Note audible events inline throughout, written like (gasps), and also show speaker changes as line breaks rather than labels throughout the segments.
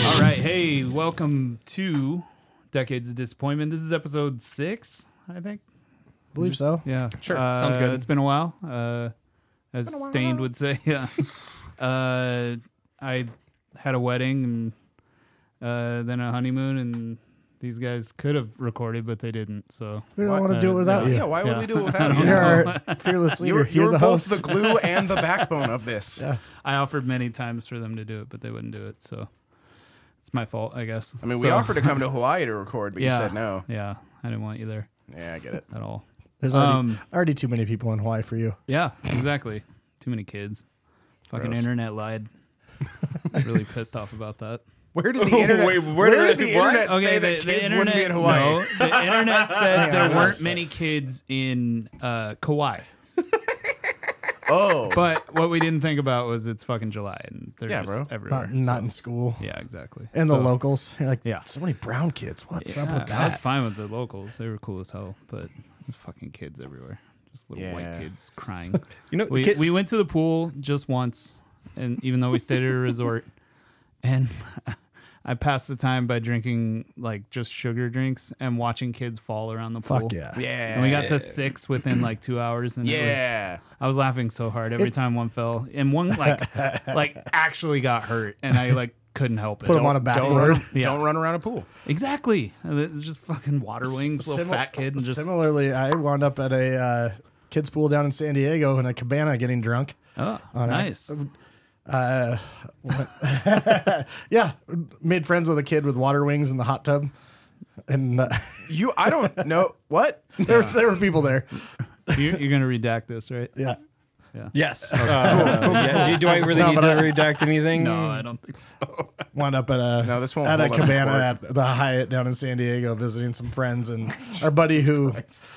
Hey, welcome to Decades of Disappointment. This is episode six, I think.
Believe
Just-
so.
Yeah.
Sure,
Uh,
sounds good.
It's been a while. Uh, as Stained would say. (laughs) Yeah. uh, I had a wedding and uh, then a honeymoon, and these guys could have recorded, but they didn't. So
We don't
What?
want to do it
Uh,
without
yeah,
you.
why would
Yeah.
we do it without you?
You're
(laughs)
our fearless leader.
You're,
You're,
you're
the
both
host.
the glue and the backbone of this.
Yeah.
I offered many times for them to do it, but they wouldn't do it. So it's my fault, I guess.
I mean, we
So-
offered to come to Hawaii to record, but
yeah,
you said no.
Yeah. I didn't want you there
Yeah, I get it.
at all.
There's already,
Um,
already too many people in Hawaii for you.
Yeah, exactly. Too many kids. Fucking
Gross.
internet lied.
(laughs)
really pissed off about that.
Where did the internet?
wait,
Oh, where,
where
did
did-
the
what?
internet say that kids wouldn't be in Hawaii?
no,
(laughs)
the internet said
on,
there
I
weren't
lost
many kids in uh, Kauai.
(laughs) Oh,
But what we didn't think about was it's fucking July and they're
Yeah,
just
bro.
everywhere.
Not, not
so-
in school.
yeah, exactly.
And the
So,
locals. You're like,
Yeah.
so many brown kids. What's
yeah,
up with
I was
that?
fine with the locals. They were cool as hell, but there's fucking kids everywhere. Just little white
Yeah.
kids
(laughs)
crying.
You know,
we,
kid-
we went to the pool just once, and even though we stayed at a resort, (laughs) and (laughs) I passed the time by drinking like just sugar drinks and watching kids fall around the pool.
Fuck yeah.
yeah,
And we got to six within like two hours, and it was,
Yeah,
I was laughing so hard every time one fell, and one
(laughs)
like like actually got hurt, and I like couldn't help it.
Put them on a
don't run,
backboard.
Yeah.
don't run around a pool.
exactly, And it was just fucking water wings, little
Simil-
fat kid, and just
Similarly, I wound up at a uh, kids' pool down in San Diego in a cabana getting drunk.
oh, nice.
Uh, Yeah. Made friends with a kid with water wings in the hot tub. And uh, (laughs)
You, I don't know what.
there, was, there were people there.
You're, you're gonna redact this,
(laughs)
right?
Yeah.
(laughs)
Yes. Uh, yeah. Do, do I
(laughs)
really
No,
need to
but I-
redact anything?
No, I don't think so.
wound up at a
No, this won't
at a
hold up
cabana
in
at the Hyatt down in San Diego visiting some friends
(laughs)
and our buddy who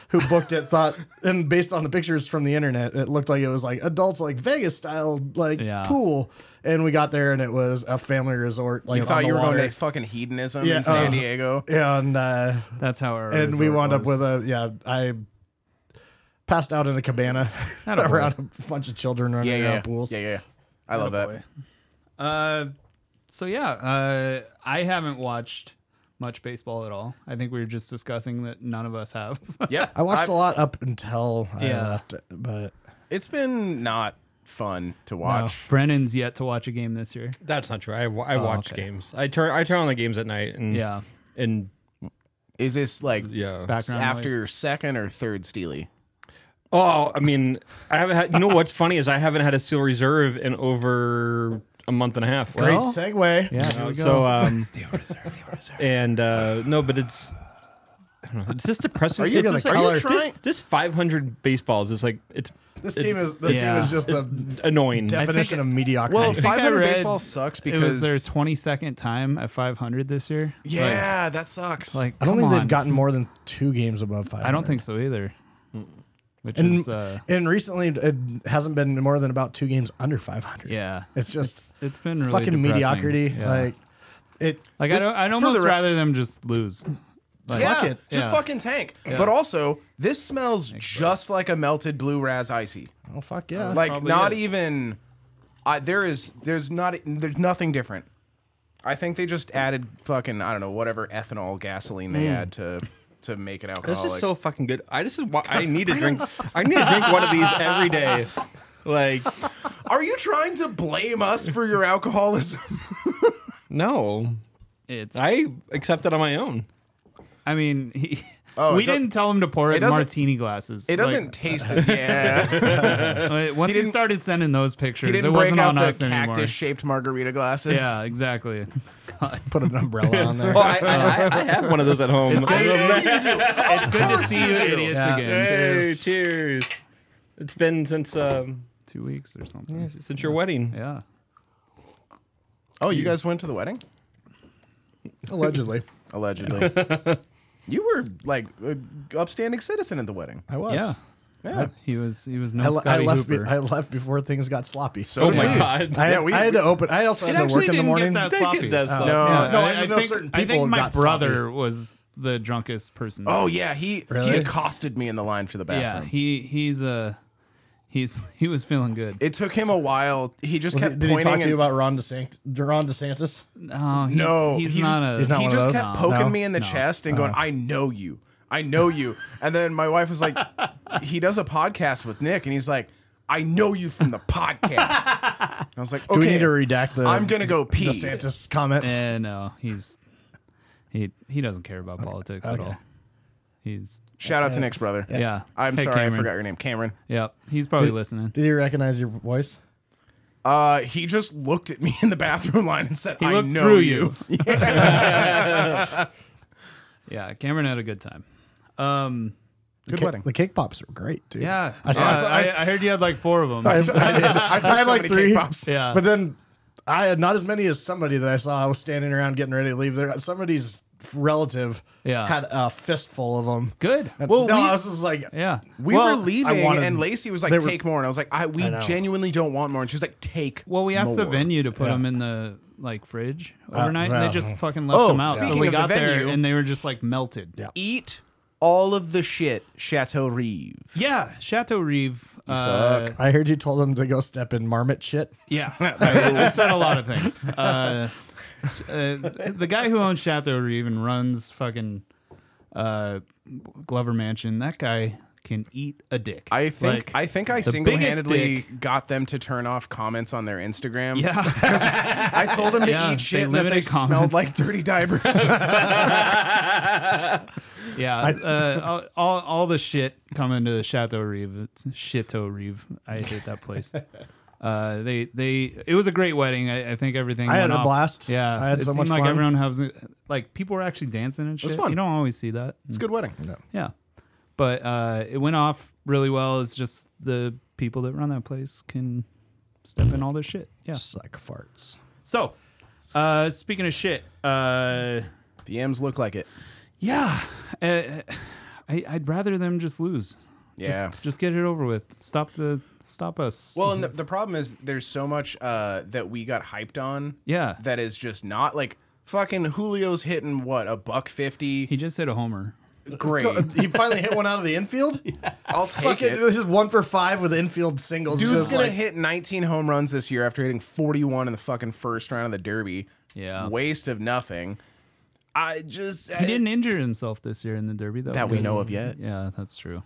who booked it thought and based on the pictures from the internet it looked like it was like adults like Vegas style like
Yeah.
pool and we got there and it was a family resort like
You
on
thought
the
you were
water.
going to fucking hedonism
Yeah,
in San
uh,
Diego?
and uh,
That's how our
and we
resort
wound up
was.
with a yeah I passed out in a cabana
Attaboy.
(laughs) around a bunch of children running
Yeah,
around
yeah,
pools
yeah, yeah. I love that.
Uh, so yeah, uh, I haven't watched much baseball at all. I think we were just discussing that none of us
(laughs)
have.
Yep,
I watched
I've-
a lot up until
Yeah.
I left but
It's been not fun to
Oh.
watch.
(laughs) Brennan's yet to watch a game this year.
That's not true. I, wa- I watch
okay.
games. I turn I turn on the games at night
Hmm.
and
Yeah,
and
Is this like
yeah.
background
after
noise.
your second or third Steely?
Oh, I mean, I haven't had. You know what's funny is I haven't had a steel reserve in over a month and a half.
Well,
great segue
Oh. Yeah, here we go. (laughs)
so um
reserve.
and uh no, but it's. I don't know. It's just depressing.
Are you
it's
gonna
just
color-
this-
trying-
This, 500 baseballs is like it's
This
It's-
team is this
yeah.
team is just the
annoying.
think-
definition of mediocrity.
Well,
think I
500
read
baseball sucks
it was
because
their 22nd time at 500 this year. Like-
yeah, that sucks.
like,
I don't
come
think
on.
they've gotten more than two games above five.
I don't think so either. Which
And,
is uh,
and recently, it hasn't been more than about two games under five hundred.
yeah,
it's just
it's been really
fucking
depressing.
mediocrity.
Yeah.
Like it.
like I
this-
don't, I'd
for the
almost
re-
rather them just lose. Like,
yeah,
fuck it.
just
Yeah.
fucking tank. But also, this smells just like a melted blue raz icy.
Oh fuck yeah!
Like
probably
not
is.
even. I, there is there's not there's nothing different. I think they just added fucking I don't know whatever ethanol gasoline
Mm.
they add to to make it alcoholic.
This
Oh,
is so fucking good. I just (laughs) I need to drink. I need to drink one of these every (laughs) day. Like
Are you trying to blame us for your alcoholism? (laughs)
no,
It's
I accept that on my own.
I mean, he,
Oh, it
we
do-
didn't tell him to pour it, in
doesn't-
martini glasses.
It doesn't
(laughs)
taste it. Yeah,
Like, like, once
he
he,
didn't-
started sending those pictures,
he
it
didn't break
wasn't
out
on
the
us anymore.
cactus shaped margarita glasses.
Yeah,
(laughs)
exactly. (laughs)
put an umbrella on there.
Oh, I, I, I, I have one of those at home.
I know you do. Of
Good to
course
see
you
you,
do.
idiots
Yeah.
again.
Hey, cheers! It's been since um,
Two weeks or something.
since your wedding.
Yeah.
Oh, you guys went to the wedding?
Allegedly,
(laughs)
Allegedly. you were like an upstanding citizen at the wedding.
I was.
Yeah.
Yeah.
He was. He was no
I, le- I
Scotty
left. Be-
Hooper.
I left before things got sloppy. So
Oh my
Yeah.
god!
I,
Yeah, we-
I had to open. I also
It
had to work
actually
in the
didn't
morning.
get that
They
sloppy.
did that
Yeah.
stuff.
No.
Yeah,
No, I
I,
just
I
know
think,
certain
I
people
think my
got
brother was the drunkest person.
Oh yeah, he
Really?
he accosted me in the line for the
yeah.
bathroom.
He he's a He's (laughs) he was feeling good.
It took him a while. He just
Was
kept
he, did
pointing.
he talk to
and-
you about Ron, DeSant- Ron DeSantis?
No, Oh, he-
No,
he's
he
not
just-
a.
he's
(laughs)
not
he
one of
just
those?
kept poking
No. Uh-huh.
me in the chest and going, "I know you, I know you." And then my wife
(laughs)
was like, "He does a podcast with Nick," and he's like, "I know you from
(laughs)
the podcast." And I was like, "Okay,
Do we need to redact the
I'm gonna go pee."
DeSantis comment?
Eh, no, he's he he doesn't care about politics at
okay.
all. He's
Shout out to Nick's brother.
yeah.
I'm
Hey,
sorry,
Cameron.
I forgot your name, Cameron.
Yep, he's probably listening.
Did he recognize your voice?
Uh, he just looked at me in the bathroom line and said,
He
"I
looked
know
through
you." (laughs)
Yeah, Cameron had a good time. Um,
Good
Ki-
wedding.
The cake pops were great, dude.
yeah,
I saw.
Yeah, (laughs)
I, saw- I,
I, I heard you had like four of them.
I- I- I had
so
like
many
three,
cake pops.
Yeah.
but then I had not as many as somebody that I saw. I was standing around getting ready to leave. There, somebody's relative
Yeah.
had a fistful of them.
good.
Well, no,
we-
I was just like,
Yeah,
We
well,
were (laughs) leaving,
wanted-
and Lacey was
they
like,
were-
"Take more," and I was like, "I we
know.
genuinely don't want more." And she was like, "Take."
Well, we asked the
more." Uh,
venue to put
Yeah.
them in the like fridge overnight, and
well.
they just fucking left
Oh,
them out. So
speaking
we
of the
got there,
venue-
and they were just like melted.
Yeah.
eat all of the shit Chateau Reeve.
Yeah, Chateau Reeve. Uh,
suck.
I heard you told him to go step in marmot shit.
Yeah, (laughs) I said a lot of things. Uh, sh- uh, the guy who owns Chateau Reeve and runs fucking uh, Glover Mansion, that guy can eat a dick.
I think
Like,
I think I
the biggest
single-handedly
dick.
got them to turn off comments on their Instagram.
yeah, (laughs)
I told them to
Yeah,
eat
they
shit and that
limited
they smelled
comments.
like
(laughs)
dirty diapers.
yeah. uh, all all the shit coming to Chateau Reeve. It's Chateau Reeve. I hate that
(laughs)
place. Uh, they they it was a great wedding. I, I think everything.
I had
went
a
off-
blast.
Yeah,
I had
it
so
seemed
much
like
fun.
everyone has like people were actually dancing and shit.
fun.
You don't always see that.
it's a good wedding.
Yeah. But uh, it went off really well. It's just the people that run that place can step in all their shit. Yeah.
Suck farts.
So, uh, speaking of shit, uh,
(laughs) The M's look like it.
yeah, uh, I, I'd rather them just lose.
Yeah.
Just, just get it over with. Stop the stop us.
Well, and the, the problem is there's so much uh, that we got hyped on.
Yeah.
That is just not like fucking Julio's hitting what a buck
he uh,
fifty.
just hit a homer.
Great.
He finally hit one out of the infield.
I'll take
Fucking,
it.
this is one for five with infield singles.
Dude's
Just
gonna
like-
hit 19 home runs this year after hitting 41 in the fucking first round of the Derby.
Yeah.
waste of nothing. I just uh,
He didn't injure himself this year in the derby. That,
That
was
we
good.
know of yet.
Yeah, that's true.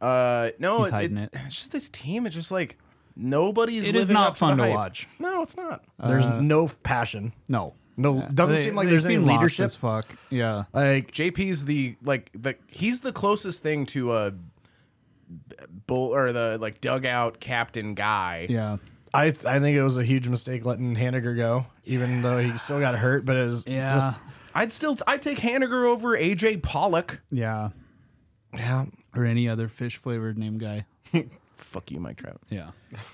Uh, no,
He's
it-
hiding it.
It's just this team. It's just like nobody's.
It is
living
not
up
fun
the
to
hype.
watch.
No, it's not.
There's no f- passion.
No.
No,
Yeah.
doesn't
They-
seem like
they
there's any
seem lost
leadership.
as fuck. Yeah.
Like
JP's the like the he's the closest thing to a bull or the like dugout captain guy.
Yeah.
I, th- I think it was a huge mistake letting Haniger go, even though he still got hurt. But it was
Yeah.
just
I'd still I'd take Haniger over AJ Pollock.
Yeah.
yeah.
or any other fish flavored name guy.
Fuck you, Mike Trout.
Yeah. (laughs)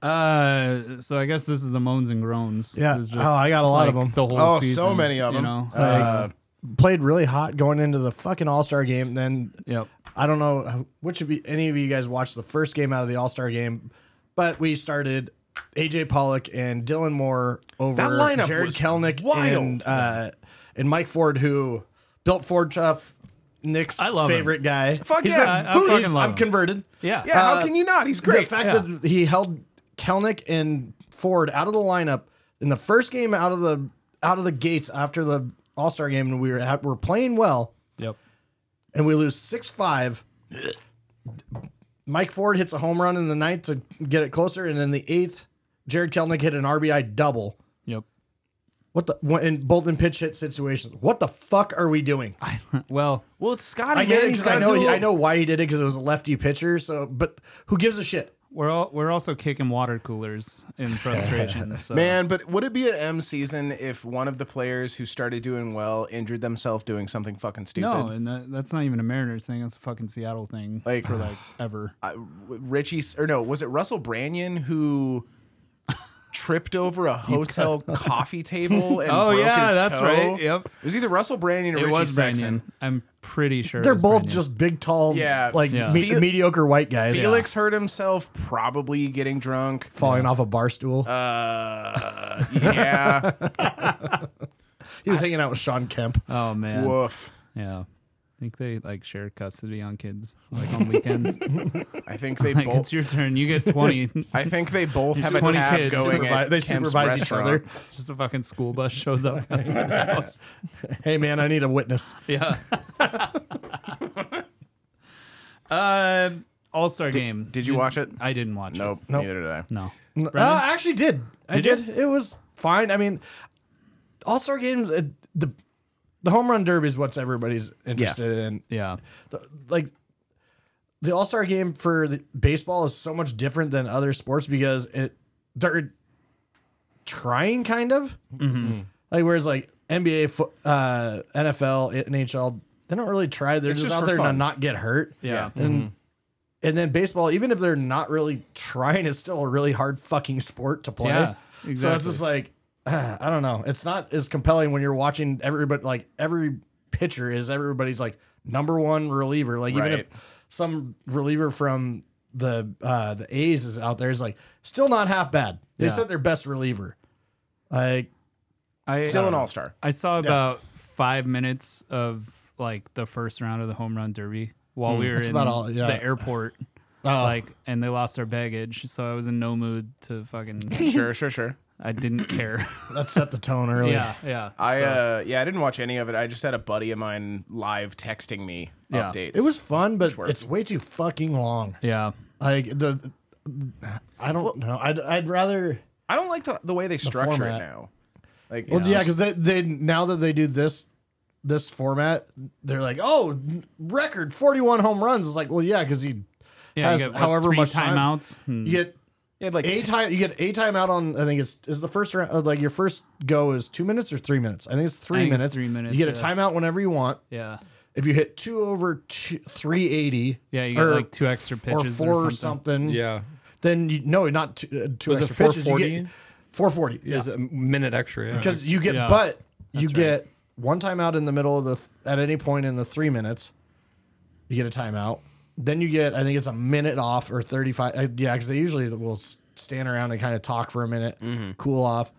Uh, so I guess this is the moans and groans.
Yeah.
It was
Oh, I got a lot of 'em.
The whole
Oh, so
season,
many of
you
'em.
know? Uh,
Played really hot going into the fucking All Star game. Then
yep.
I don't know which of you, any of you guys watched the first game out of the All Star game, but we started AJ Pollock and Dylan Moore over
That lineup
Jared
was
Kelnick
wild.
and uh, and Mike Ford, who built Ford Chuff, Nick's
I love him.
favorite guy.
Fuck yeah, I- I
who-
fucking
he's-
love
I'm
him.
converted.
Yeah.
Yeah,
Uh,
how can you not? He's great.
The fact that he held Kelnick and Ford out of the lineup in the first game out of the out of the gates after the All Star game, and we were at, we're playing well
Yep.
and we lose six five. Mike Ford hits a home run in the ninth to get it closer, and in the eighth, Jared Kelnick hit an RBI double.
Yep.
What the when- in Bolton pitch hit situations? What the fuck are we doing? I,
(laughs) Well,
well, it's Scotty.
get
man.
it
He's
'cause I
gotta
know
do a
he- I know
little-
why he did it because it was a lefty pitcher. So, but who gives a shit?
we're all we're also kicking water coolers in (laughs) frustration. so.
Man, but would it be an M season if one of the players who started doing well injured themselves doing something fucking stupid?
No, and that, that's not even a Mariners thing. That's a fucking Seattle thing
Like-
for like ever.
I- Richie, or no, was it Russell Branyan who tripped over a hotel coffee
(laughs)
table and
Oh,
broke
yeah,
his
that's
toe?
right. Yep.
It was either Russell Branyan or
it
Richie
was
Sexton.
Branyan. I'm pretty sure
They're
it was
both
Branyan.
just big, tall,
Yeah.
like
Yeah.
me-
Fel-
mediocre white guys
Felix hurt himself, probably getting drunk.
falling off a bar stool.
Uh, yeah.
he was hanging out with Sean Kemp.
Oh man.
Woof.
Yeah. think they like share custody on kids like
(laughs)
on weekends.
I think they
like
both.
it's your turn. You get
(laughs)
twenty.
I think they both have a
20
tab
kids
going.
supervi-
at
they
Kem's
supervise each
restaurant.
other.
Just a fucking school bus shows up
(laughs)
outside the house.
Hey man, I need a witness.
Yeah. (laughs) uh, All Star Game.
Did you watch it?
I didn't watch
Nope,
Nope.
Neither did I.
it. No.
N- Uh,
Brendan?
I actually did. I
Did
did.
you?
It was fine. I mean, All Star Games, uh, the the home run derby is what's everybody's interested in.
Yeah.
The- Like the All Star Game for the baseball is so much different than other sports because it they're trying kind of
Mm-hmm.
like whereas like NBA, fo- uh, NFL, NHL, they don't really try. They're
It's
just,
just
out
for
there to
fun. Mm-hmm.
not get hurt.
Yeah.
And and then baseball, even if they're not really trying, it's still a really hard fucking sport to play.
Yeah,
So it's
exactly.
just like ah, I don't know. It's not as compelling when you're watching everybody like every pitcher is everybody's like number one reliever. Like even if
Right.
some reliever from the uh the A's is out there is like still not half bad. They
Yeah.
said their best reliever. Like
I uh,
Still an all star.
I saw about five minutes of like the first round of the home run derby while we were in
about all- yeah.
the airport. Like, and they lost our baggage, so I was in no mood to fucking.
Sure, sure, sure.
I didn't care.
that set the tone early.
yeah, yeah.
I
So,
uh, yeah, I didn't watch any of it. I just had a buddy of mine live texting me
Yeah.
updates.
It was fun, but it's way too fucking long.
yeah.
Like the, I don't know. I'd I'd rather.
I don't like the, the way they structure it
format.
now. Like,
Well,
it's
yeah,
just-
because they they now that they do this this format, they're like, oh, record forty one home runs. It's like, well, yeah, because he
Yeah,
has
you get, what,
however
three
much time.
timeouts. Hmm. and-
You get
they had like
a time. You get a timeout on. I think it's is the first round. uh, Like your first go is two minutes or three minutes. I think it's three
think it's
minutes.
three minutes,
You get a
yeah.
timeout whenever you want.
yeah,
If you hit two over two, three eighty.
Yeah, you get, like, two extra
or
pitches or
four
something.
Yeah.
Then you no, not two, uh, two
Was it
extra pitches. You
440?
get four forty. Yeah,
It's a minute extra. Yeah.
because you get
Yeah.
but you get one timeout in the middle of the th- at any point in the three minutes you get a timeout then you get i think it's a minute off or 35 uh, yeah because they usually will s- stand around and kind of talk for a minute cool off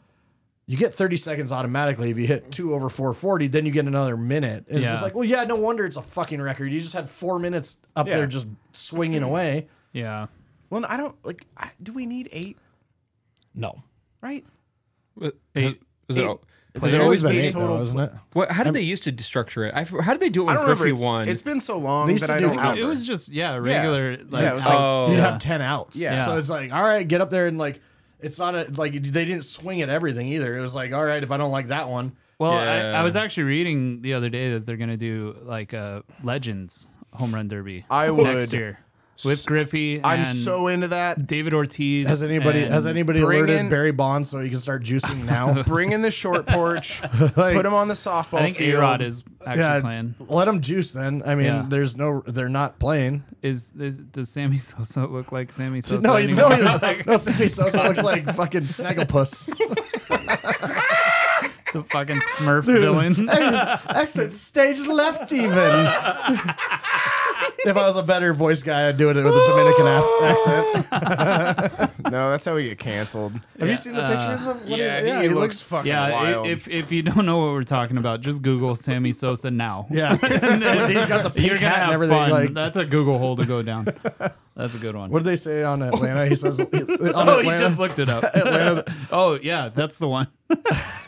you get 30 seconds automatically if you hit two over 440 then you get another minute it's
Yeah.
just like well yeah no wonder it's a fucking record you just had four minutes up
Yeah.
there just swinging away
yeah.
Well, I don't like. I, do we need eight?
no
Right?
Was-
Eight-
was it,
eight
was it
players.
always
It's been
been
eight
eight?
total.
isn't it
What, how did they used to structure it? I, f- how did they do it
I
when
don't remember.
Griffey
It's,
won?
it's been so long
They used
that
to
I
do
don't
outs.
remember.
It was just yeah, regular like
Yeah, it was like-
outs.
Oh.
you'd
yeah.
have 10 outs.
Yeah.
So
Yeah.
it's like, all right, get up there and like, it's not a, like, they didn't swing at everything either. It was like, all right, if I don't like that one,
Well, I,
Yeah.
I was actually reading the other day that they're gonna do like a Legends home run derby.
I
next
would-
year with Griffey.
I'm
and
so into
(laughs)
that.
David Ortiz.
has anybody,
and-
has anybody
bring
alerted
in-
Barry Bonds so he can start (laughs) juicing now?
Bring in the short (laughs) porch. put him on the softball
I think
field.
Arod is actually playing.
let them juice then. I mean,
Yeah.
there's no, they're not playing.
Is, is does Sammy (laughs) Sosa look like Sammy Sosa?
(laughs) no, you, no,
anymore?
he- no, Sammy Sosa looks like fucking Snagglepuss. (laughs)
it's a fucking Smurfs
(laughs)
villain.
Exit stage left, even. if I was a better voice guy, I'd do it with a Dominican ass- accent.
No, that's how we get canceled.
Have you seen the pictures of? what
(laughs) yeah,
he-
he, looks, fucking
Yeah,
wild.
i- if if you don't know what we're talking about, just Google Sammy Sosa now.
(laughs)
(laughs)
Yeah, he's got the pink
You're gonna
hat and
have
everything.
fun.
Like,
That's a Google hole to go down. That's a good one.
what do they say on Atlanta? He says, on
oh,
Atlanta,
he just looked
(laughs)
it up. (laughs) oh yeah, that's the one. (laughs)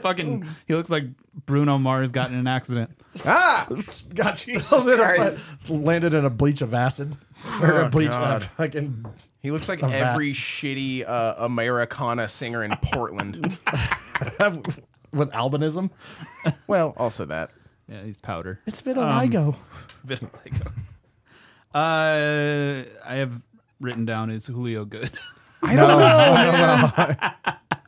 Fucking, he looks like Bruno Mars got in an accident.
ah,
(laughs) got spilled in a, landed in a bleach of acid or a bleach of fucking. (laughs)
he looks like
A vat.
every shitty uh, Americana singer in Portland.
With albinism,
(laughs) well, also that.
Yeah, he's powder.
it's vitiligo.
Uh, I have written down is Julio
(laughs)
good.
I don't know. man.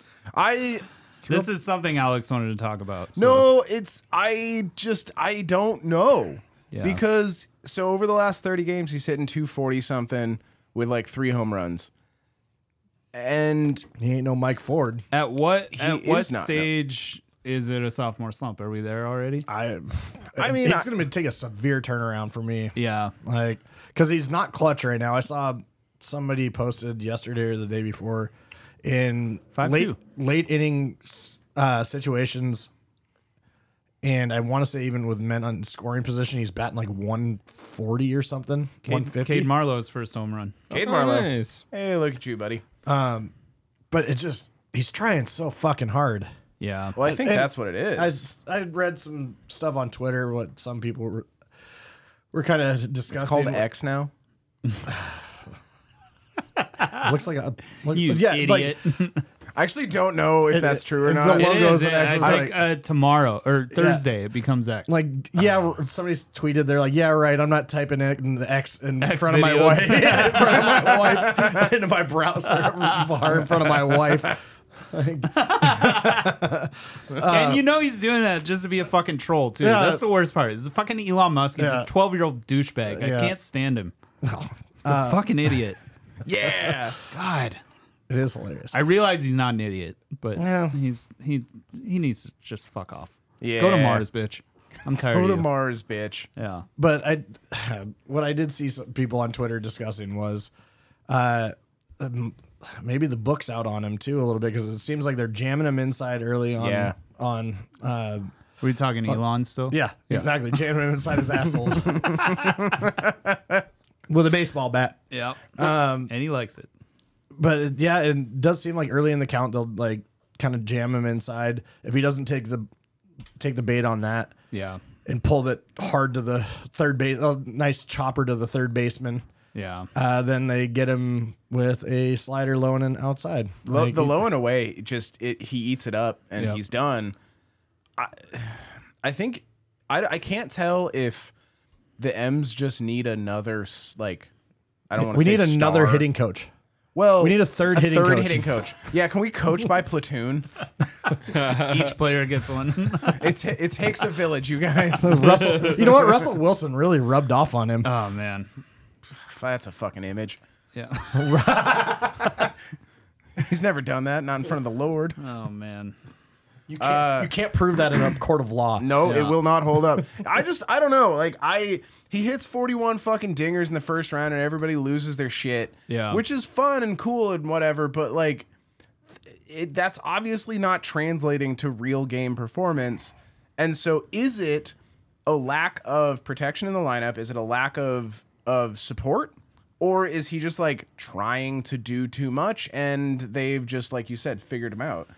(laughs) I
this is something Alex wanted to talk about. so-
No, it's I just I don't know
Yeah.
because so over the last thirty games he's hitting two forty something with like three home runs, and
he ain't no Mike Ford.
at what at
is
what
not, no.
stage is it a sophomore slump? Are we there already?
I,
I mean,
it's
I-
gonna be, take a severe turnaround for me.
Yeah,
like because he's not clutch right now. I saw somebody posted yesterday or the day before in
Five
late
two.
late inning uh, situations. And I want to say even with men on scoring position, he's batting like 140 or something,
Cade,
150.
Cade Marlowe's first home run.
Cade
Oh,
Marlowe.
nice.
Hey, look at you, buddy.
but it just he's trying so fucking hard.
Yeah.
Well, I think
and-
that's what it is.
I I read some stuff on Twitter what some people were, were kind of discussing.
it's called X now.
Looks like a
(laughs)
look-
You
yeah, like,
idiot.
I actually don't know if
It-
that's true or
it- the
not.
lo-
It
logos
is,
and
yeah,
X's
it's
like-
like uh, tomorrow or Thursday it becomes X.
like
Oh.
yeah somebody tweeted they're like yeah right i'm not typing it in the x in
X
front of my
videos.
wife (laughs) Yeah, in front
(laughs)
of my wife into my browser (laughs) bar in front of my wife Like,
and you know he's doing that just to be a fucking troll too.
uh, Yeah.
That's the worst part. It's fucking Elon Musk. He's
Yeah.
a twelve year old douchebag.
Yeah. Uh,
I can't stand
(laughs)
him. He's a fucking idiot.
yeah.
God.
it is hilarious
I realize he's not an idiot, but
Yeah.
he's he he needs to just fuck off.
Yeah.
Go to Mars, bitch. I'm tired
Go
of
to
you.
Mars, bitch.
yeah.
but i (sighs) what i did see some people on twitter discussing was uh um, maybe the book's out on him too a little bit because it seems like they're jamming him inside early on
Yeah.
on uh
Were you talking Elon still?
Yeah, exactly. Jamming him inside
(laughs)
his asshole (laughs) with a baseball bat.
Yeah. Um, and he likes it.
But it, yeah, it does seem like early in the count they'll like kind of jam him inside if he doesn't take the take the bait on that
Yeah.
and pull it hard to the third base. A nice chopper to the third baseman. (laughs)
Yeah.
Uh, then they get him with a slider low and an outside.
Lo-
Like,
the low and away, it just it, he eats it up and
Yeah.
he's done. (sighs) I, I think I, I can't tell if the M's just need another s- like. I don't want to.
we need
say
another
star.
hitting coach.
Well,
we need a third hitting
third
coach.
hitting
(laughs)
coach. Yeah, can we coach by platoon?
Uh,
Each player gets one.
(laughs)
(laughs)
It's it takes a village, you guys.
Russell, you know what? Russell Wilson really rubbed off on him.
oh man.
That's a fucking image.
Yeah.
He's never done that, not in front of the Lord.
Oh man.
You can't, you can't prove that in a court of law.
Uh, No,
Yeah.
it will not
(laughs)
hold up. I just I don't know. Like I he hits 41 fucking dingers in the first round and everybody loses their shit.
Yeah.
Which is fun and cool and whatever, but like it, that's obviously not translating to real game performance. And so is it a lack of protection in the lineup? Is it a lack of of support? Or is he just like trying to do too much and they've just like you said figured him out?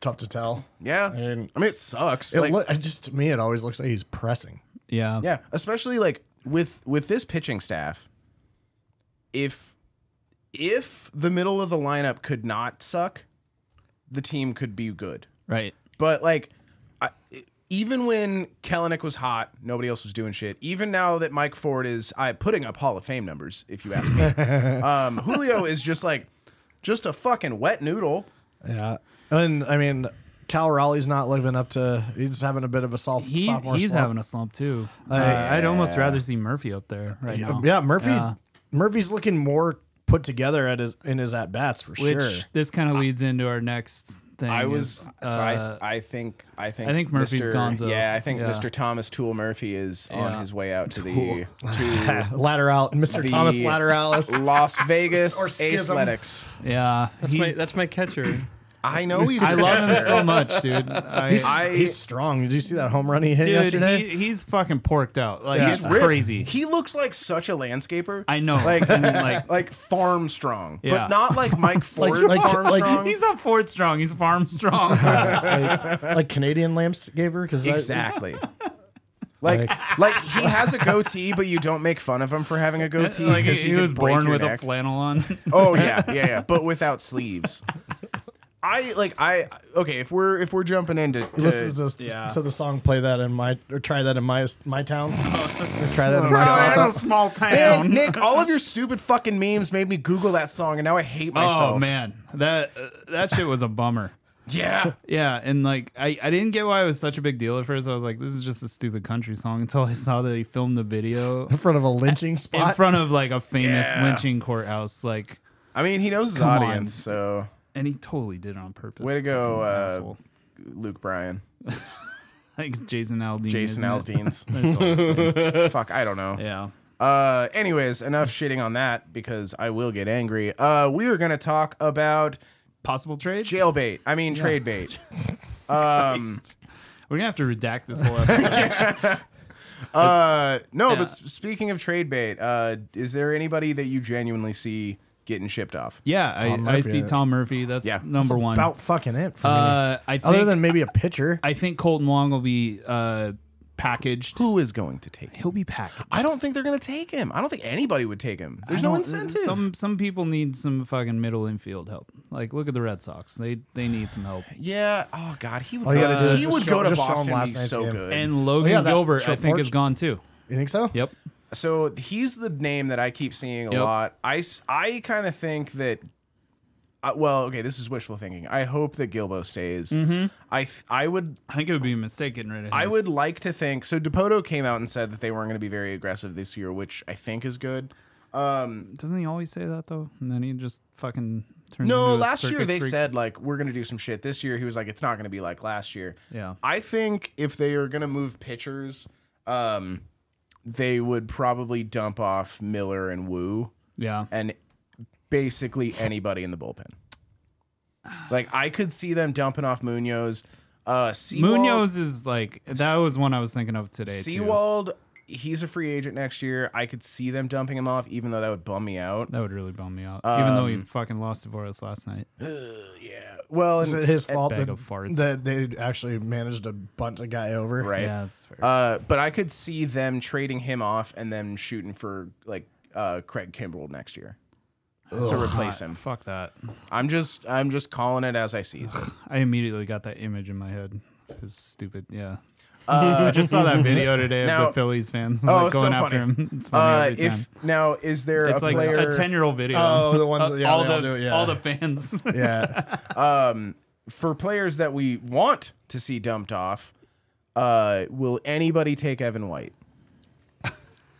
Tough to tell.
Yeah.
And-
I mean it sucks.
It
Like-
loo- it just to me, it always looks like he's pressing.
Yeah.
Yeah, especially like with with this pitching staff, if if the middle of the lineup could not suck, the team could be good.
Right.
But like, I, even when Kellenick was hot, nobody else was doing shit. Even now that Mike Ford is I putting up Hall of Fame numbers, if you ask me, um, Julio is just like just a fucking wet noodle.
Yeah, and I mean, Cal Raleigh's not living up to. He's having a bit of a soph-
He,
sophomore.
he's
slump.
having a slump too. Uh, I'd almost rather see Murphy up there right now.
Uh, yeah. Murphy,
Yeah.
Murphy's looking more put together at his in his at bats for
Which
sure.
this kind of leads into our next thing.
I
is,
was. so
uh,
I, I think. I think.
I think Murphy's
Mr.
Gonzo.
Yeah, I think
Yeah.
Mr. Thomas Tool Murphy is on
Yeah.
his way out to the (laughs) to
Ladder out, Mr.
The-
Thomas Lateralis.
Las Vegas
Or
or
schism.
Athletics.
yeah.
That's my, that's my catcher.
I know he's.
I love him so much, dude. I,
I-
he's strong. Did you see that home run he hit
dude,
yesterday?
He, he's fucking porked out. Like
He's
it's
ripped.
crazy.
He looks like such a landscaper.
I know. (laughs)
Like,
And, like
(laughs) like farm strong,
Yeah.
but not like Mike Ford
Like-
farm
like-
strong.
he's not Ford strong. He's farm (laughs)
(laughs)
strong.
like, like Canadian landscaper, because
exactly.
(laughs)
Like, like he has a goatee, but you don't make fun of him for having a
(laughs)
goatee.
like
'cause
he,
could
was
break
born
your
with a
neck.
flannel
(laughs)
on. (laughs)
Oh yeah, yeah, yeah, but without sleeves. I like I okay. If we're if we're jumping into to,
Listen to, this-
yeah.
to the song. Play that in my or try that in my
(laughs)
my town. or try that in my small
Right in a
town.
small
Man,
town.
Nick, all of your stupid fucking memes made me Google that song, and now I hate myself.
Oh man, that uh, that shit was a bummer. (laughs)
Yeah.
Yeah, and like I, I didn't get why it was such a big deal at first. I was like, this is just a stupid country song (laughs) until I saw that he filmed the
(laughs)
video
in front of a lynching
in
spot.
front of like a famous
Yeah.
lynching courthouse, like,
I mean, he knows his
Come on.
audience, so
and he totally did it on purpose.
Way to go,
Fucking
uh,
asshole.
Luke Bryan,
like Jason Aldean.
Jason
isn't it?
Aldean's.
(laughs) That's all I'm
(laughs)
saying.
Fuck, I don't know.
yeah.
Uh, anyways, enough shitting on that because I will get angry. Uh, we are gonna talk about
Possible trades. (laughs)
jailbait. I mean, trade bait.
We're gonna have to redact this whole episode.
Uh, no,
Yeah.
but s- speaking of trade bait, uh, is there anybody that you genuinely see getting shipped off?
yeah, I, I
Murphy,
see
uh,
Tom Murphy. That's
yeah.
number one.
About fucking it for me.
uh, I think
Other than maybe a pitcher.
I think Colton Wong will be uh, packaged.
Who is going to take him?
He'll be packaged.
I don't think they're going to take him. I don't think anybody would take him. There's
I
no
don't-
incentive.
Some some people need some fucking middle infield help. Like look at the Red Sox. They they need some help.
yeah. Oh God, he would.
All you gotta do is
he
just
would
show-
go to
just show him
Boston.
last
and be
night's
so
game.
good.
And Logan
yeah, that
Gilbert, I
short
think,
porch.
is gone too.
You think so?
Yep.
So he's the name that I keep seeing a
Yep.
lot. I, s- I kind of think that. Uh, well, okay, this is wishful thinking. I hope that Gilbo stays.
Mm-hmm.
I th- I would
I think it would be a mistake getting rid of him.
I would like to think so. Depoto came out and said that they weren't going to be very aggressive this year, which I think is good.
Doesn't he always say that though? And then he just fucking turns.
No,
into a
last year
circus
they
freak.
said like we're gonna do some shit. This year he was like it's not gonna be like last year.
Yeah.
I think if they are gonna move pitchers, um, they would probably dump off Miller and Wu
Yeah.
and basically anybody in the bullpen. Like I could see them dumping off Munoz. Uh, Seawald,
Munoz is like that was one I was thinking of today. too.
Seawald, he's a free agent next year. I could see them dumping him off, even though that would bum me out.
That would really bum me out. Even though
Um,
he fucking lost to Boris last night.
Well,
Is
(laughs)
and-
it his fault
bag
that,
of farts.
that they actually managed to bunt a guy over?
right?
Yeah, that's fair.
Uh, but I could see them trading him off and then shooting for like uh, Craig Kimbrell next year to replace him.
Fuck that.
I'm just I'm just calling it as I see it.
I immediately got that image in my head. It's stupid. Yeah. (laughs) I just saw that
(laughs)
video today of
Uh, now-
the Phillies fans
Oh,
like
so
going after
funny.
him. (laughs) It's funny
Uh,
every time.
if now is there
It's
a
like
player
a ten year old video.
Oh,
(laughs)
the ones
Uh,
that- yeah,
all
they
the
all do it, yeah.
all the
(laughs)
fans.
(laughs) Yeah.
for players that we want to see dumped off? Uh, will anybody take Evan White?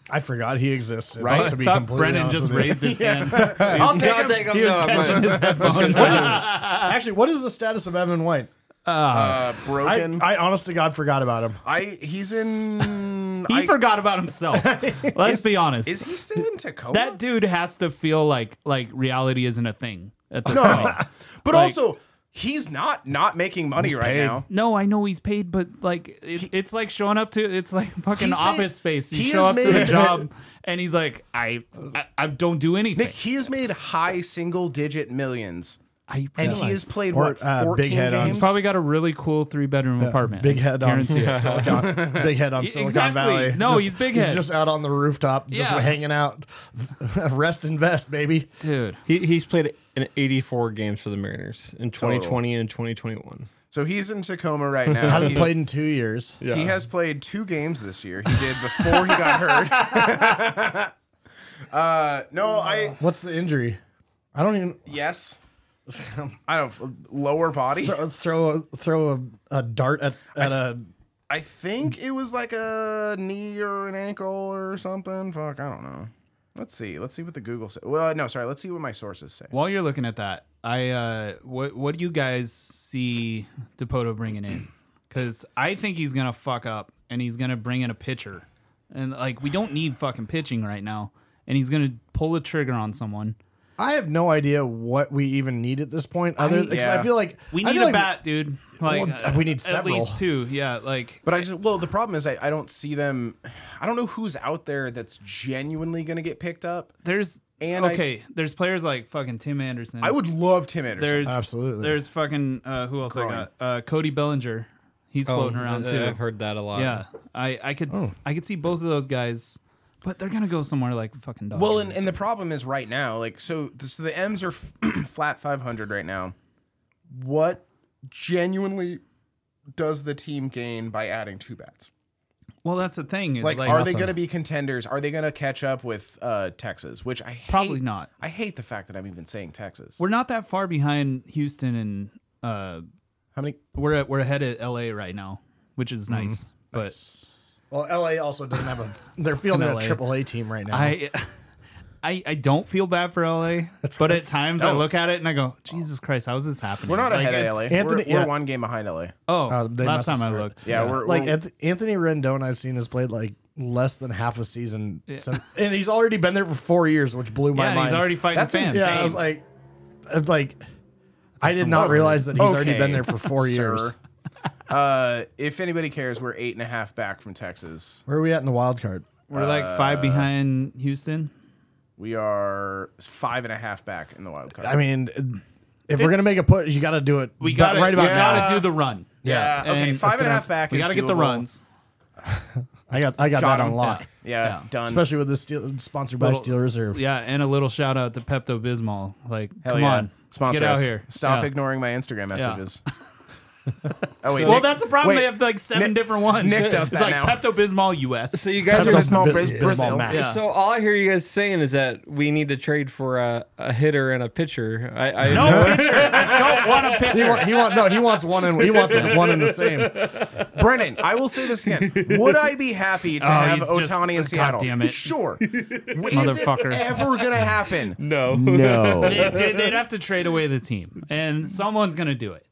I forgot he exists.
Right?
To be
I thought
completely
Brennan
honest
just
with you.
raised
(laughs)
his hand.
I'll
Yeah, I'll take him. Uh,
He was
No, I'm
catching
fine.
his headphone.
Actually, what is the status of Evan White?
Uh,
I,
broken. I,
I honest to God forgot about him.
he's in.
He
I-
forgot about
(laughs)
himself. Let's be honest.
Is he still in Tacoma?
that dude has to feel like like reality isn't a thing at this
(laughs)
point. like-
but also he's not not making money right
paid.
now.
No, I know he's paid, but like it, it's like showing up to it's like fucking
He's made-
office space. You
he
show
has
up to the
made-
job, and he's like, I, I, I don't do anything.
Nick, he has made high single digit millions.
I
And he
realize.
has played
Or,
what
uh,
fourteen
Big Head on-
games.
probably got a really cool three bedroom apartment.
Big
I
head on
guarantee it.
(laughs)
(laughs) E-
Silicon, big head on Silicon
Exactly.
Valley.
No,
Just-
he's big
He's
head.
just out on the rooftop, just
Yeah.
hanging out. (laughs) Rest and vest, baby.
dude.
He, he's played in 84 games for the Mariners in 2020 and 2021.
So he's in Tacoma right now.
Hasn't
He-
played in two years.
Yeah.
He has played two games this year. He did before he got hurt.
(laughs)
(laughs) uh, no, I
What's the injury? I don't even
yes. I don't lower body.
throw throw a, throw a, a dart at, at a
I think it was like a knee or an ankle or something. Fuck, I don't know. Let's see. Let's see what the Google says. Well, no, sorry. Let's see what my sources say.
While you're looking at that, I uh, what what do you guys see Depoto bringing in? Because I think he's gonna fuck up, and he's gonna bring in a pitcher, and like we don't need fucking pitching right now, and he's gonna pull the trigger on someone.
I have no idea what we even need at this point. Other, because
yeah.
I feel like
We need
I feel
a
like-
bat, dude. Like
Well, uh, we need several.
at least two. Yeah, like
But I just well, the problem is I, I don't see them. I don't know who's out there that's genuinely going to get picked up.
there's
And
and
I-
okay, there's players like fucking Tim Anderson.
I would love Tim Anderson.
there's
Absolutely.
there's fucking uh, who else
Growing.
I got? Uh, Cody Bellinger. He's
Oh,
floating around
uh,
I-
too.
Oh, I've heard that a lot.
Yeah, I I could s I could see both of those guys, but they're gonna go somewhere like fucking dog.
Well, and, and the problem is right now, like, so, so the M's are (clears throat) f- flat 500 right now. What genuinely does the team gain by adding two bats?
well, that's the thing. Is
Like,
like,
are they
nothing.
going to be contenders? Are they going to catch up with uh, Texas? Which I hate,
Probably not.
I hate the fact that I'm even saying Texas.
We're not that far behind Houston, and uh,
How many?
we're at, we're ahead of L.A. right now, which is
Mm-hmm.
nice. But
Well, LA also doesn't have a. (laughs) They're fielding a
LA.
AAA team right now.
I. (laughs) I, I don't feel bad for LA, but at times I look at it and I go, Jesus Christ, how is this happening?
Oh. We're not
Like,
ahead of
it's-
LA.
Anthony-
we're, we're
yeah.
one game behind LA.
Oh,
Uh, they
last time
must
I
have screwed.
looked.
Yeah, we're
like
we're-
Anth- Anthony Rendon, I've seen has played like less than half a season, since, and he's already been there for four years, which blew my
yeah, and
mind.
he's already fighting
That's
fans.
yeah, I was like, it's like I did not
above
realize that he's already
(laughs)
Okay,
been there for four
sir.
years.
Uh, if anybody cares, we're eight and a half back from Texas.
Where are we at in the wild card?
We're
Uh,
like five behind Houston.
We are five and a half back in the wild card.
I mean, if we're gonna make a put, you got to do it.
We
about-
got
right about
We
now.
got to do the run.
yeah. Okay,
And
five
it's
and a
gonna-
half back.
We
got to
get the runs.
I got I got,
Got
that on
him.
lock,
Yeah,
Yeah.
done.
especially with the steel sponsored by
Little-
Steel Reserve.
Yeah, and a little shout out to Pepto Bismol. Like,
Hell
come
yeah.
on,
Sponsor
get out
us.
here.
Stop
Yeah.
ignoring my
(laughs)
Instagram messages. oh wait.
Well,
Nick-
that's the problem.
wait,
they have like seven
Nick-
different ones.
Nick does
it's
that
like
now.
Pepto Bismol US.
So you guys
Pepto-
are.
Bismol
Bi-
Bris-
Bismol
Brazil.
Max.
Yeah.
So all I hear you guys saying is that we need to trade for a, a hitter and a pitcher. I, I
no pitcher. I (laughs) don't want a
He,
pitcher.
want, he want no. He wants one and he wants one and the same.
Brennan, I will say this again. Would I be happy to
Oh,
have
he's just-
Otani in
God
Seattle?
damn it. (laughs)
Sure. Is
Motherfucker.
it ever gonna happen?
no.
No.
(laughs) they, they- they'd have to trade away the team, and someone's gonna do it.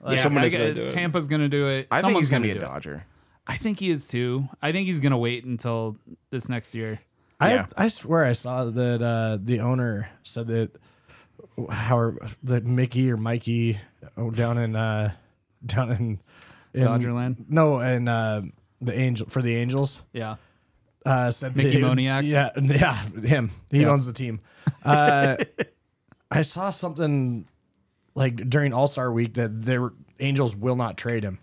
Like,
someone
I
is gonna
get-
do it.
Tampa's gonna do it.
I think
Someone's
he's gonna be a
do it.
Dodger.
I think he is too. I think he's gonna wait until this next year.
I
Yeah.
I swear I saw that uh, the owner said that how that Mickey or Mikey oh, down in uh, down in, in
Dodgerland?
No, and uh, the angel for the Angels.
Yeah.
uh, (laughs) said
Mickey
they-
Moniak?
Yeah, yeah, him. He
Yeah.
owns the team. Uh, I saw something like during All Star Week that their Angels will not trade him,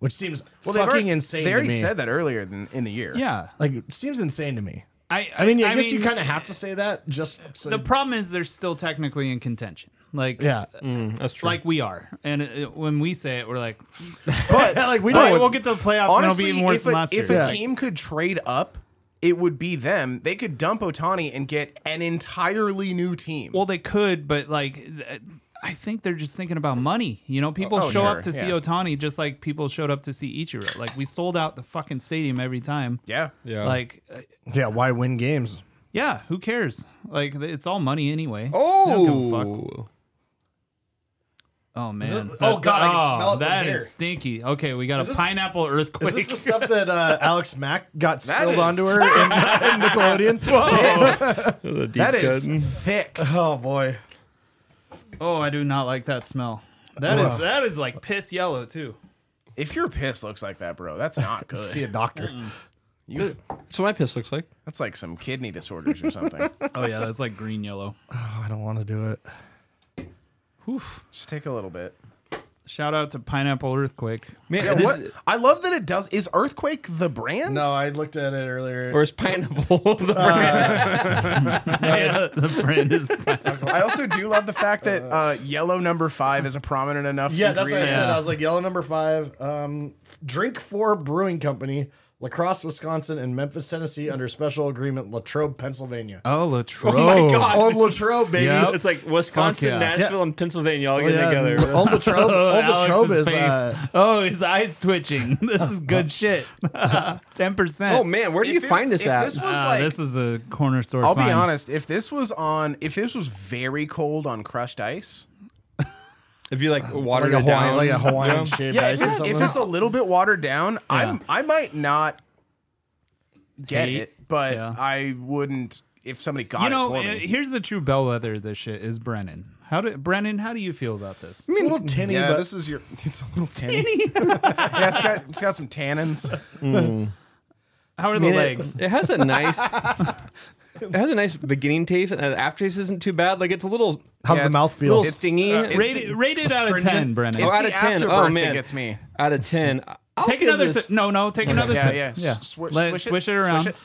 which seems
they've
fucking
already-
insane.
They
to
already
me.
said that earlier than, in the year.
Yeah.
Like, it seems insane to me.
I.
I mean, yeah, I, guess you
mean,
kind of have to say that just so.
The problem is they're still technically in contention. Like
yeah,
That's true.
Like we are, and it, it- when we say it, we're like,
But
(laughs) like we
"All right,
know.
we'll get to the playoffs, and
honestly,
it'll be even worse
if,
than
a,
last
if
year."
a team could trade up, it would be them. They could dump Otani and get an entirely new team.
Well, they could, but like, th- I think they're just thinking about money. You know, people
Oh,
show
sure,
up to see
yeah.
Otani just like people showed up to see Ichiro. Like we sold out the fucking stadium every time.
yeah.
yeah.
Like, uh,
yeah, why win games?
yeah, who cares? Like th- it's all money anyway.
oh.
Oh man!
this- oh, God, I can smell it from
that
here.
is stinky. Okay, we got a
this-
pineapple
Is
earthquake.
this the stuff that uh, Alex Mack got spilled
is-
onto her in, in Nickelodeon?
That is
(laughs)
thick.
oh boy,
(laughs) oh, I do not like that smell. That is that is like piss yellow
(laughs)
too.
If your piss looks like that, bro,
(laughs)
that's not
see a
good.
doctor.
You,
So my piss looks like.
that's like some kidney disorders or something.
(laughs) Oh yeah, that's like green yellow.
Oh, I don't want to do it.
Oof.
Just take a little bit.
Shout out to pineapple earthquake.
Man,
Yeah,
this-
what? I love that it does. Is Earthquake the brand?
No, I looked at it earlier.
Or is pineapple (laughs) the brand?
(laughs) the brand is
I also do love the fact that (laughs) uh, yellow number five is a prominent enough.
yeah, that's what I
ingredient.
said.
Yeah.
I was like, yellow number five. Um, Drink Four Brewing Company, Lacrosse, Wisconsin, and Memphis, Tennessee, under special agreement, Latrobe, Pennsylvania.
Oh, Latrobe.
my God.
Old Latrobe, baby.
Yep.
Uh, It's like Wisconsin,
Fuck yeah.
Nashville, and Pennsylvania all getting
Oh, Yeah,
together. That's-
(laughs) Old
Oh,
Latrobe. Old Latrobe
Uh, (laughs) Alex's
is.
face.
Uh,
oh, his eyes twitching. (laughs) This is good shit. (laughs) Ten percent.
Oh man, where do you
If it-
find this
if
at?
This was like.
Uh, this is a corner store.
I'll be
find.
honest. If this was on, if this was very cold on crushed ice,
if you like
like
watered
a
it down,
Hawaiian, like a Hawaiian
Yeah.
shaved
yeah.
ice
If,
or
it's- if
something.
it's a little bit watered down, I'm I might not get
Hate.
it, but
Yeah.
I wouldn't if somebody got
You know,
it for
uh,
me.
here's the true bellwether. Of this shit is Brennan. How do Brennan? How do you feel about this?
It's a little tinny,
yeah,
but
this is your. (laughs) It's a little tinny. (laughs) yeah, it's got it's got some tannins.
How are the
I mean, it-
legs?
It, has a nice. It has a nice beginning taste, and the aftertaste isn't too bad. Like it's a little,
how's
yeah,
the
it's
mouth
a little
feel?
stingy.
uh, it's-
Rated, rated out of
astringent?
ten, Brennan.
It's
out
the
of 10.
afterbirth
Oh,
that
man.
gets me.
out of ten, I'll
take
give
another
this-
sip. No, no, take another
Yeah,
sip.
yeah.
yeah.
Swish,
Let-
swish it,
swish it
swish
around.
it.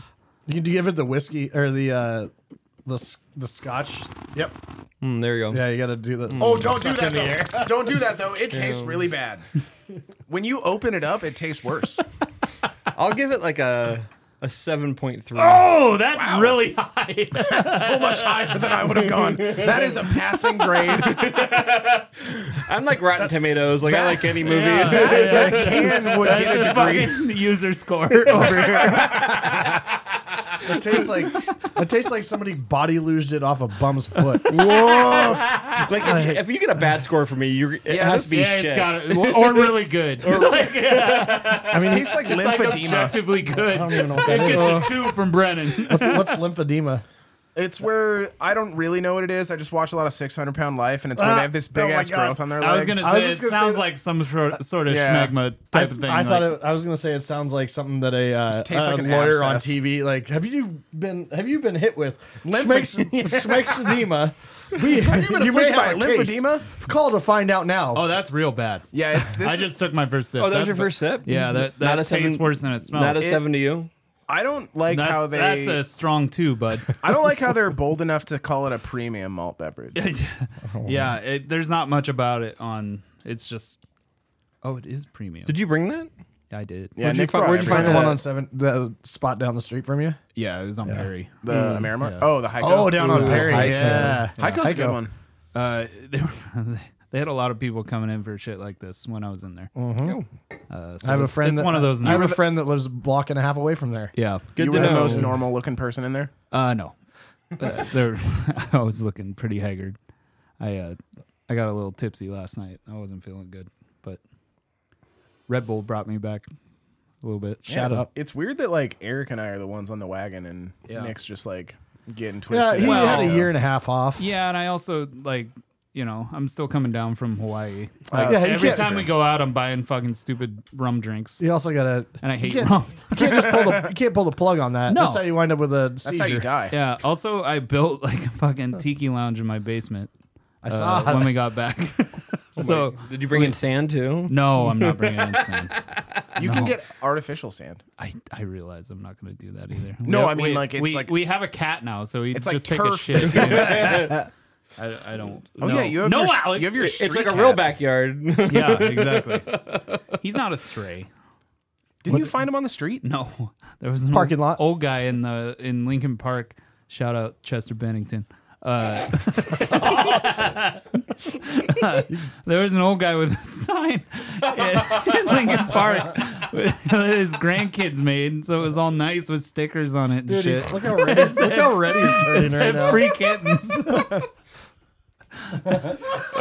You do give it the whiskey or the uh, the s- the scotch. Yep.
Mm, there you go.
Yeah, you got to do the.
Oh, don't do
suck
that
in the air.
though. (laughs) Don't do that though. It tastes really (laughs) bad. When you open it up, it tastes (laughs) worse.
I'll give it like a a seven point three.
Oh, that's really
(laughs)
high.
so much higher than I would have gone. That is a passing (laughs) grade.
I'm like Rotten Tomatoes. Like I like any movie.
Yeah.
That can would get a
That's a
degree.
fucking (laughs) user
(laughs)
score over here.
It tastes like it tastes like somebody body luged it off a bum's foot.
Like if you, if you get a bad score for me, you it
Yeah,
has to be
yeah,
shit.
it's got it. Or really
(laughs)
good. It's like,
I mean,
It tastes like
it's like
lymphedema.
Oh,
objectively good.
I don't even know what
It
that is.
gets a two from Brennan.
What's, what's lymphedema?
It's where I don't really know what it is. I just watch a lot of 600 Pound Life, and it's where
Ah,
they have this
oh
big
my
ass
God.
growth on their leg.
I was gonna say
I was
it
just gonna say
sounds
that-
like some sort sort of
Yeah.
schmegma type of thing.
I thought
like-
it, I was gonna say it sounds like something that a, uh,
tastes
a
like an
lawyer on
abscess.
TV like have you been have you been hit with
Lymph-
schmex- schmexedema? We, have
been affected by lymphedema?
Call to find out now.
oh, that's real bad.
yeah, it's
(laughs)
this.
I just took my first sip.
Oh, that was
That's
your
ba-
first sip.
Yeah, that that
Not a
tastes
seven-
worse than it smells.
Not a seven to you.
I don't like
that's,
how they.
that's a strong two, bud.
I don't like how they're bold enough to call it a premium malt beverage.
(laughs) yeah, it, there's not much about it on. It's just. Oh, it is premium.
Did you bring that?
I did.
Yeah,
you
Nick
fi-
brought
where'd you
Find
everything.
the
Yeah.
one on seven, the spot down the street from you.
Yeah, it was on Perry.
the Amerimark.
yeah.
Oh, the Heiko.
Oh, down on
Ooh,
Perry.
Heiko.
Yeah.
Heiko's a good
Heiko.
one.
Uh, (laughs) they, were, they had a lot of people coming in for shit like this when I was in there. Uh, so
I have a
it's-
friend.
It's
that,
one of those.
I have a
nights.
friend that lives a block and a half away from there.
Yeah.
Good
you
to
were the
know.
most normal looking person in there.
Uh, no. Uh, they're- (laughs) I was looking pretty haggard. I uh, I got a little tipsy last night. I wasn't feeling good, but Red Bull brought me back a little bit.
Yeah, it's,
up.
It's weird that like Eric and I are the ones on the wagon, and
Yeah.
Nick's just like getting
Yeah,
twisted.
he
Well-
had a year and a half off.
Yeah, and I also like you know I'm still coming down from Hawaii.
Uh,
Yeah, you
Every
can't-
time we go out, I'm buying fucking stupid rum drinks,
You also gotta.
and I hate
you can't, (laughs)
rum.
you can't just pull the. You can't pull the plug on that.
No.
That's how you wind up with a seizure.
that's how you die.
Yeah. Also, I built like a fucking tiki lounge in my basement. uh,
I saw
when
that. Oh
we got
(laughs)
back. so
Did you bring in sand too?
no, I'm not bringing it in sand.
(laughs) You can
No.
get artificial sand.
I, I realize I'm not going to do that either. We-
No, I mean,
we-
like, it's
we,
like-
we have a cat now, so he
It's
just
like
take a
turf (laughs)
shit.
that
I, I don't.
Oh
no.
yeah, you have
no,
your,
Alex.
You
(laughs)
have your
It's
street
like a
cat.
real backyard. (laughs)
yeah, exactly. He's not a stray.
Didn't you find him on the street?
No, (laughs) there was an
Parking
old,
lot.
old guy in the in Lincoln Park. Shout out Chester Bennington. Uh, (laughs) there was an old guy with a sign in, (laughs) in Lincoln Park that his grandkids made, so it was all nice with stickers on it. And
Dude,
shit.
he's, look how red. (laughs) He's, look how red he's turning right
Had
now.
free kittens. he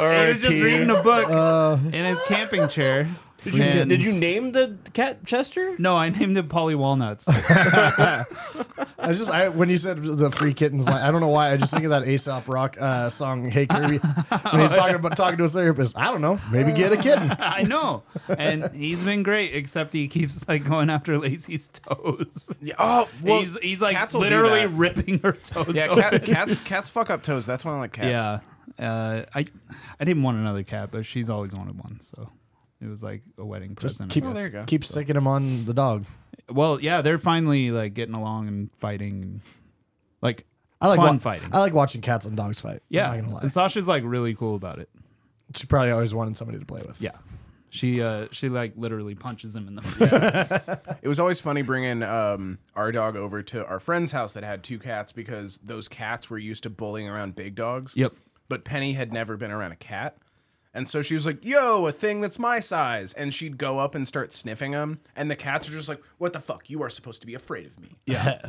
was just reading a book
Uh,
in his camping chair. Did
Did did you name the cat Chester?
No, I named him Polly Walnuts.
I just I, when you said the free kittens, like, I don't know why. I just think of that Aesop Rock uh, song, "Hey Kirby," when he's talking about talking to a therapist. I don't know. Maybe get a kitten.
(laughs) I know, and he's been great, except he keeps like going after Lacey's toes.
Yeah, oh, well,
he's he's like
cats will do
literally
that.
ripping her toes.
Yeah,
open.
(laughs) cat, cats cats fuck up toes. That's why I like cats.
yeah. Uh, I I didn't want another cat, but she's always wanted one, so it was like a wedding
Just
present. I
keep
guess.
there you go.
keep sticking him on the dog.
Well, yeah, they're finally like getting along and fighting, and, like
I like
fun
wa-
fighting.
I like watching cats and dogs fight.
yeah,
I'm not gonna lie.
and Sasha's like really cool about it.
She probably always wanted somebody to play with.
Yeah, she uh she like literally punches
(laughs)
him in the face.
It was always funny bringing um, our dog over to our friend's house that had two cats because those cats were used to bullying around big dogs.
Yep.
But Penny had never been around a cat. And so she was like, yo, a thing that's my size. And she'd go up and start sniffing them. And the cats are just like, what the fuck? You are supposed to be afraid of me.
yeah,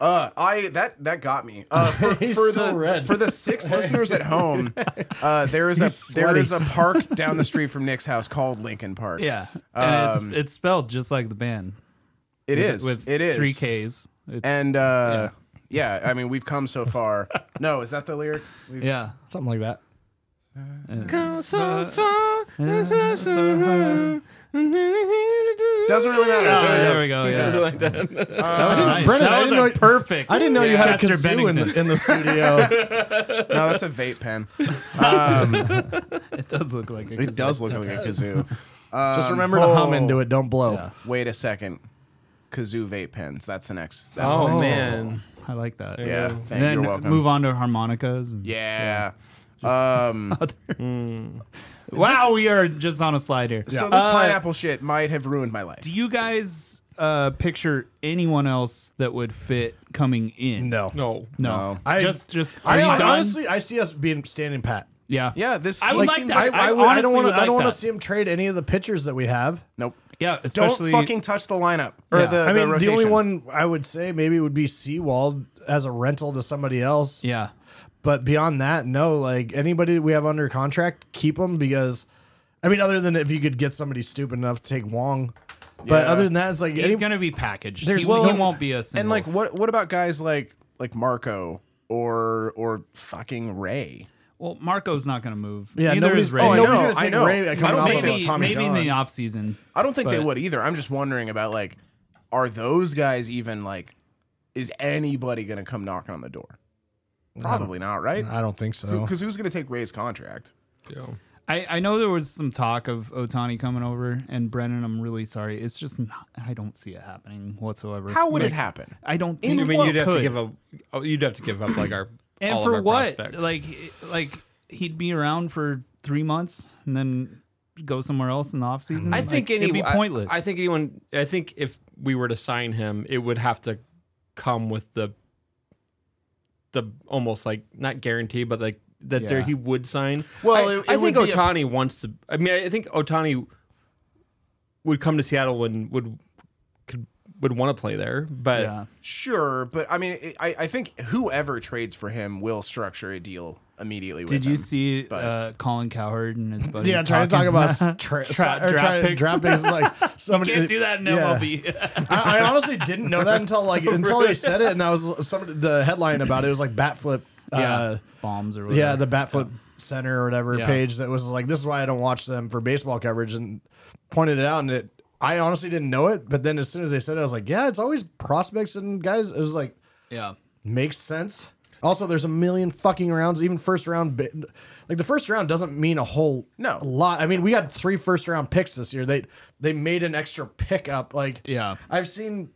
Uh, I that that got me.
(laughs)
Uh, for,
He's
for
so
the
red.
for the six listeners at home, uh, there is a
He's
there is a
(laughs)
park down the street from Nick's house called Lincoln Park.
yeah, and
Um,
it's it's spelled just like the band.
it
with,
is.
with
it is
three Ks. It's,
And uh, yeah. I mean, we've come so far. no, is that the lyric? We've,
yeah,
something like that.
Oh,
Doesn't really matter.
Oh,
There it
there
is.
we go. Yeah,
Like that.
(laughs) that was nice.
Brennan, I
that was
didn't
like
know-
perfect.
I didn't know you had a
Chester
kazoo in (laughs) the,
Bennington.
in the studio.
No, that's a vape pen.
It does look like a
It does look like a kazoo. Um,
Just remember to
Oh.
hum into it. Don't blow.
Yeah.
Wait a second. Kazoo vape pens. That's the next. That's the
Oh
next
man.
I like that.
level. Yeah. Thank
And
you.
then
You're welcome.
move on to harmonicas. And
Yeah. Um,
Wow, we are just on a slide here.
so this
Uh,
pineapple shit might have ruined my life.
Do you guys uh, picture anyone else that would fit coming in?
No.
No.
no.
No.
I-
just, just are
I,
you
I
done?
honestly, I see us being standing pat.
yeah,
Yeah, this
I would
like
like
seems
that.
I, I,
I,
would- I don't
honestly
want
would
to. I
like
don't want to
that.
see him trade any of the pitchers that we have.
nope.
Yeah,
Don't
especially
fucking touch the lineup or
Yeah.
the,
I mean, the,
rotation.
only one I would say maybe would be Seawald as a rental to somebody else.
yeah.
But beyond that, no. Like anybody we have under contract, keep them because, I mean, other than if you could get somebody stupid enough to take Wong, but
Yeah.
other than that, it's like
He's
any,
gonna be packaged.
There's
he,
well-
he won't be a single.
And like, what what about guys like like Marco or or fucking Ray.
Well, Marco's not going to move.
Yeah,
Neither
nobody's-
is Ray.
oh, I know.
Maybe-
nobody's gonna take Ray
I
coming
don't
off
think
of a
they-
Tommy
maybe in the uh,
John.
off season.
I don't think they
But-
would either. I'm just wondering about like, are those guys even like, is anybody going to come knocking on the door? Probably not, right?
I don't think so.
Because who's going to take Ray's contract?
Yeah.
I, I know there was some talk of Otani coming over and Brennan. I'm really sorry. It's just not. I don't see it happening whatsoever.
How would
Like,
it happen?
I don't.
In
Think
I mean,
it
you'd have
could.
to give up. oh, You'd have to give up like our
And
all of
for
our
what?
prospects.
Like it- like he'd be around for three months and then go somewhere else in the off season.
I think
like,
any,
it'd be
I-
pointless.
I, think anyone. I think if we were to sign him, it would have to come with the the almost like not guarantee, but like that there
Yeah.
he would sign.
Well,
I,
it-
I
it
think
would be a-
Otani wants to. I mean, I think Otani would come to Seattle and would could would want to play there, but.
yeah.
Sure, but I mean, it, I, I think whoever trades for him will structure a deal immediately. With
Did you
him.
see
but-
uh, Colin Cowherd and his buddy?
yeah, trying to talk
talking (laughs)
about tra-
Tra-
or
draft
trying to-
picks.
draft picks
(laughs)
is like somebody
Can't do that in
Yeah.
MLB. (laughs)
I, I honestly didn't know that until like until they said it, and I was some the headline about it was like bat flip. Uh,
bombs or
yeah.
whatever.
the bat flip center or whatever
Yeah.
page that was like this is why I don't watch them for baseball coverage and pointed it out and it. I honestly didn't know it, but then as soon as they said it, I was like, yeah, it's always prospects and guys. It was like
yeah.
makes sense. Also, there's a million fucking rounds, even first round. bi- Like the first round doesn't mean a whole
No.
lot. I mean, we had three first round picks this year. They they made an extra pickup. Like
Yeah.
I've seen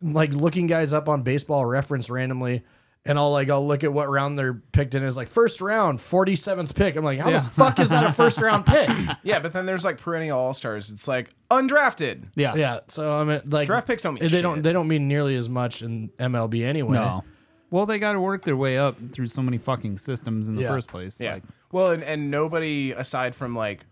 like looking guys up on baseball reference randomly. And I'll like I'll look at what round they're picked in is like first round, forty seventh pick. I'm like, how
Yeah.
the fuck is that a first round
(laughs)
pick?
Yeah, but then there's like perennial all stars. It's like undrafted.
Yeah.
yeah. So I mean, like
Draft picks don't mean
they don't
shit.
they don't mean nearly as much in MLB anyway.
No. (laughs) Well, they got to work their way up through so many fucking systems in the
Yeah.
first place. Like,
well, and, and nobody aside from like,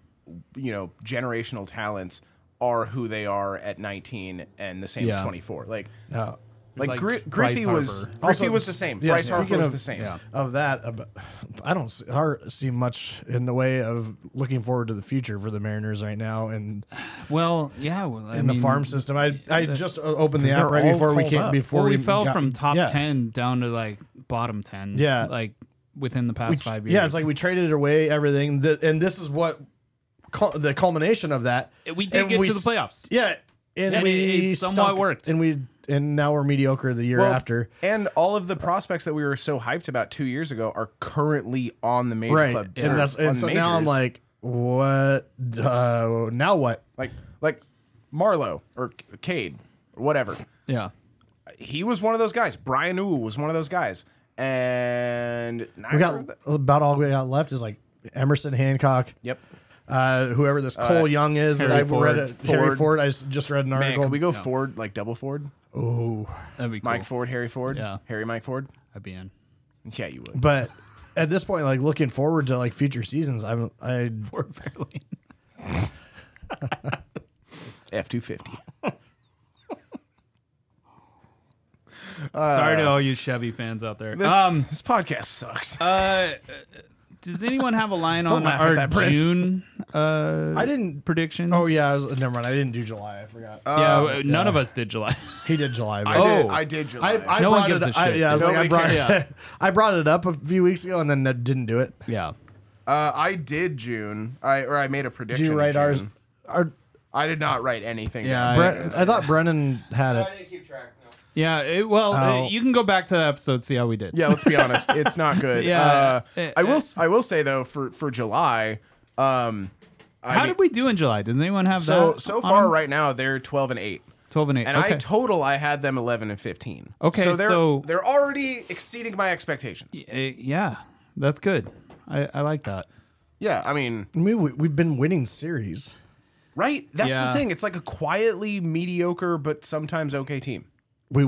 you know, generational talents are who they are at 19 and the same
Yeah.
at 24. Like,
No.
like,
like
Gri-
Bryce
Griffey was
Harper.
Griffey
Uh, Also,
was the same.
yeah,
Bryce
speaking
Harper was
of-
the same.
yeah.
of that. ab- I don't see, hard, see much in the way of looking forward to the future for the Mariners right now, and
well, yeah. Well, I
in the
mean,
farm system. I I just o- opened the
they're
app right
all
before we
called
came
up.
before
Well, we
we
fell
got-
from top
yeah.
ten down to like bottom ten.
Yeah.
Like within the past five years.
Yeah, it's like we traded away everything, th- and this is what cul- the culmination of that.
We did
And
get to the
s-
playoffs.
Yeah, and,
And it-
we
it somewhat
stunk,
worked.
and we and now we're mediocre the year
Well,
after.
and all of the prospects that we were so hyped about two years ago are currently on the major
Right,
club.
and that's
on
and so
the
now I'm
majors.
like, what? Uh, now what?
like like Marlowe or C- Cade or whatever.
yeah.
He was one of those guys. Brian Uwu was one of those guys. And
We got about all we got left is like Emerson Hancock.
Yep.
Uh, whoever this Cole Young is that
Harry
I've read,
Ford.
a, Harry
Ford.
Ford. I s- just read an
Man,
article.
can we go Ford like double Ford?
That'd be cool.
Mike Ford, Harry Ford,
Yeah.
Harry Mike Ford.
I'd be in.
Yeah, you would.
but at this point, like looking forward to like future seasons, I'm I
Or Fairlane.
F two fifty.
(laughs) Sorry to all you Chevy fans out there.
This
um,
this podcast sucks.
uh, does anyone have a
(laughs)
line on
laugh at
our
that, Brent.
June uh,
I didn't.
predictions?
Oh yeah, Uh, I was, never mind. I didn't do July. I forgot.
Yeah, w- none of us did July. (laughs)
he did July. But
Uh, I did,
oh.
I did July.
I, I
No one
brought
gives
it.
a
I,
shit,
yeah, I was
dude.
like, I
Nobody
brought
cares.
it. (laughs) I brought it up a few weeks ago, and then I didn't do it.
yeah.
uh, I did June. I or I made a
Did
prediction.
you
in
write ours?
June.
Our,
I did not write anything.
Yeah,
down.
I-
Bre- I thought Brennan had it.
didn't keep track. No.
Yeah, it, well, uh
Oh.
you can go back to the episode, see how we did.
Yeah, let's be honest.
(laughs)
It's not good.
Yeah.
Uh,
Eh,
I will. I will say though, for for July, um, I
How
mean-
did we do in July? Does anyone have
so
that?
so
on
far
them?
right now they're twelve and eight,
twelve and eight.
and
okay.
I total I had them eleven and fifteen.
Okay,
so they're
so-
they're already exceeding my expectations. Yeah,
Eh, yeah, that's good. I, I like that.
I mean,
I mean, we, we've been winning series.
right? That's
Yeah.
the thing. It's like a quietly mediocre but sometimes okay team.
we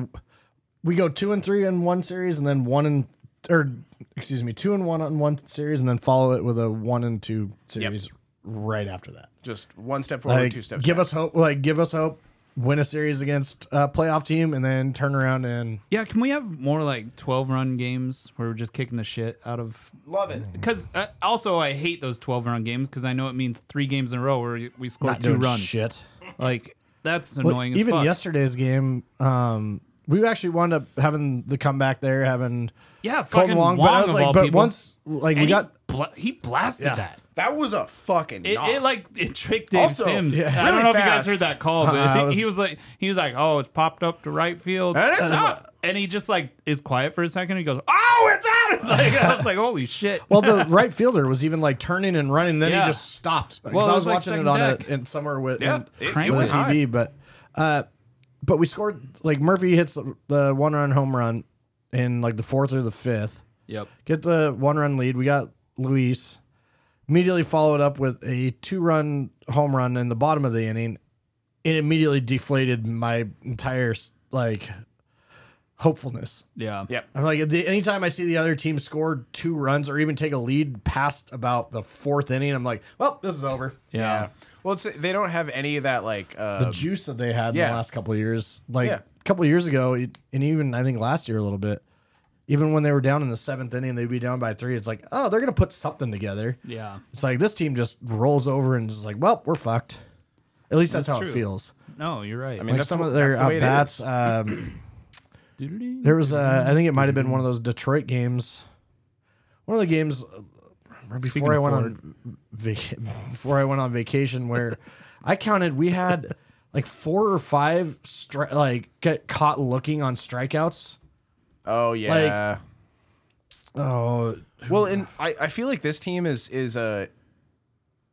we go two and three in one series and then one and or excuse me two and one on one series and then follow it with a one and two series right after that
Just one step forward,
like
two steps.
give
back.
us hope like give us hope win a series against a playoff team and then turn around and
Yeah, can we have more like twelve run games where we're just kicking the shit out of?
love it.
Because uh, also I hate those twelve run games because I know it means three games in a row where we score
not
two
doing
runs.
shit
Like that's
Well,
annoying. as
even
fuck.
yesterday's game um we actually wound up having the comeback there, having
Yeah, fucking
Colton Wong.
Wong,
But I was
of
like,
all
but
people.
once, like,
And
we
he
got
bla- he blasted
Yeah.
that.
That was a fucking.
It,
knock.
it like it tricked Dave
Also,
Sims.
yeah,
I don't
really
know if you guys
fast.
heard that
(laughs)
call, but
Uh-uh, I
he
was-
was like, he was like, oh, it's popped up to right field,
And it's
And
up.
and he just like is quiet for a second. He goes, oh, it's out! (laughs) Like I was like, holy shit! (laughs)
well, the right fielder was even like turning and running. Then
Yeah.
he just stopped. Like, 'cause
Well, it
I
was,
was,
like,
watching it
second
on a,
deck.
in somewhere with
Yeah,
and-
it- it
with
was
the TV, but uh, but we scored like Murphy hits the, the one run home run in like the fourth or the fifth.
Yep.
Get the one run lead. We got Luis. Immediately followed up with a two run home run in the bottom of the inning. It immediately deflated my entire like hopefulness.
Yeah,
Yep.
I'm like, the, anytime I see the other team score two runs or even take a lead past about the fourth inning, I'm like, well, this is over.
Yeah. Well, it's, they don't have any of that like.
The
Uh,
juice that they had in
yeah.
the last couple of years, like
Yeah.
a couple of years ago, it- and even I think last year a little bit, even when they were down in the seventh inning, they'd be down by three. It's like, oh, they're gonna put something together.
yeah.
It's like this team just rolls over and is like, well, we're fucked. At least that's,
That's
how it
true.
feels.
No, you're right. I
mean,
Like
that's
some
what-
of their
that's the way
at
it
bats,
is.
um,
(clears throat)
mean,
There was, uh, I think it might have been one of those Detroit games. One of the games uh, right before I
of
went on vac- (laughs) before I went on vacation, where I counted we had like four or five stri- like get caught looking on strikeouts.
oh yeah.
Oh,
Well, and I, I feel like this team is is a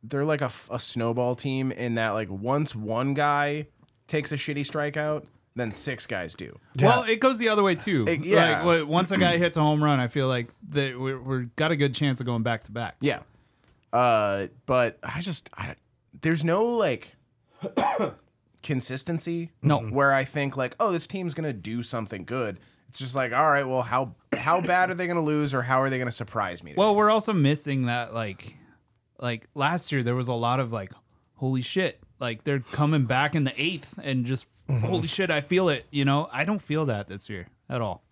they're like a, f- a snowball team in that like once one guy takes a shitty strikeout, then six guys do.
Well, it goes the other way too.
It- yeah.
Like, wait, once a guy hits a home run, I feel like that we're, we're got a good chance of going back to back.
Yeah. Uh, but I just I, there's no like (coughs) consistency.
No.
Where I think like, oh, this team's gonna do something good. It's just like, all right, well, how how bad are they gonna lose, or how are they gonna surprise me? today?
Well, we're also missing that like like last year there was a lot of like holy shit. Like they're coming back in the 8th and just
Mm-hmm.
holy shit, I feel it, you know? I don't feel that this year at all.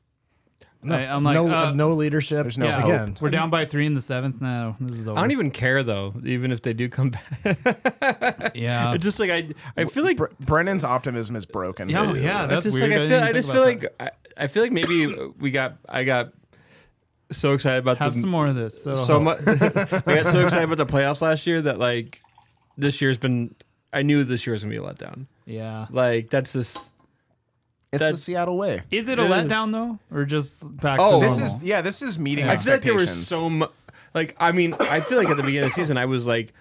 I, am like
no,
uh,
no leadership. There's
no
yeah,
hope.
again.
We're down by 3 in the 7th now. This is over.
I don't even care though, even if they do come back.
yeah.
It's just like I, I feel like,
Bre- Brennan's optimism is broken.
yeah, yeah,
it's
that's
just
weird.
like I feel,
didn't
I
think
just
about
feel
that.
like, I, I feel like maybe we got, I got so excited about
have
the,
some more of this. that'll
so
help.
(laughs) much. I got so excited about the playoffs last year that like this year's been. I knew this year was gonna be a letdown.
(laughs) yeah.
Like that's just.
It's the
That-
Seattle way.
Is it a
It is.
letdown though or just back
Oh.
to
This
normal?
is yeah. This is meeting.
I feel like there was
expectations.
so much. Like I mean, I feel like at the beginning of the season I was like,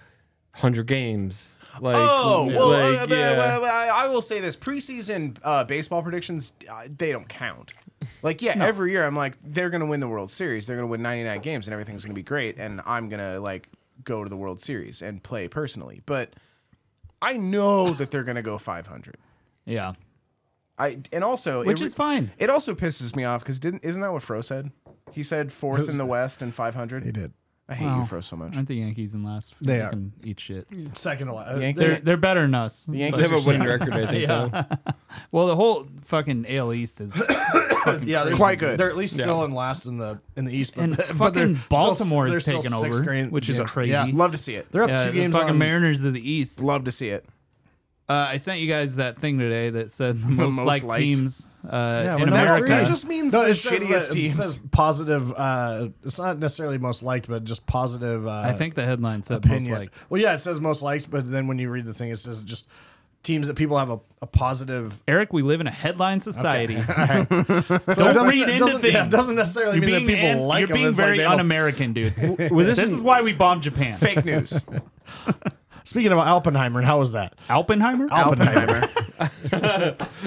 hundred games. Like
Oh well,
like,
uh, but-
yeah.
but- but I I will say this: preseason uh, baseball predictions, uh, they don't count. Like, yeah, every year I'm like, they're gonna win the World Series, they're gonna win 99 games, and everything's gonna be great, and I'm gonna like go to the World Series and play personally. But I know that they're gonna go 500.
yeah.
I and also
Which
it, re-
is fine.
It also pisses me off because didn't isn't that what Fro said? He said fourth in the West and 500. He
did.
I hate
Wow.
you, Fro, so much.
Aren't the Yankees in last?
They are.
Fucking Eat shit.
Second to last.
Yankees-
They're they're better than us.
They
Yankees
have a winning record, I think. though.
Well, the whole fucking AL East is uh,
yeah, they're
Quite good.
They're at least still in last in the in the East, but,
and
but they're
fucking
still-
Baltimore
they're
is
still
taking
sixth
over,
grade-
which is
yeah.
crazy.
Yeah.
Love to see it.
They're up
Yeah,
two
the
games
fucking
on
Mariners of the East.
Love to see it.
Uh, I sent you guys that thing today that said the most,
most
liked,
liked.
teams uh,
Yeah,
in
we're not
America.
three.
That just means
No,
the
it says,
shittiest
that- it
teams.
says positive. Uh, it's not necessarily most liked, but just positive. Uh,
I think the headline said
opinion.
most liked.
Well, yeah, it says most likes, but then when you read the thing, it says just teams that people have a, a positive.
Eric, we live in a headline society.
So Don't
read into
Yeah,
things.
it doesn't necessarily
You're
mean that
being,
people
an-
like
you're
them.
being
It's like
very
they don't-
un-American, dude.
Well, this,
this is why we bombed Japan.
Fake news.
Speaking about Oppenheimer, and how was that?
Oppenheimer.
Oppenheimer.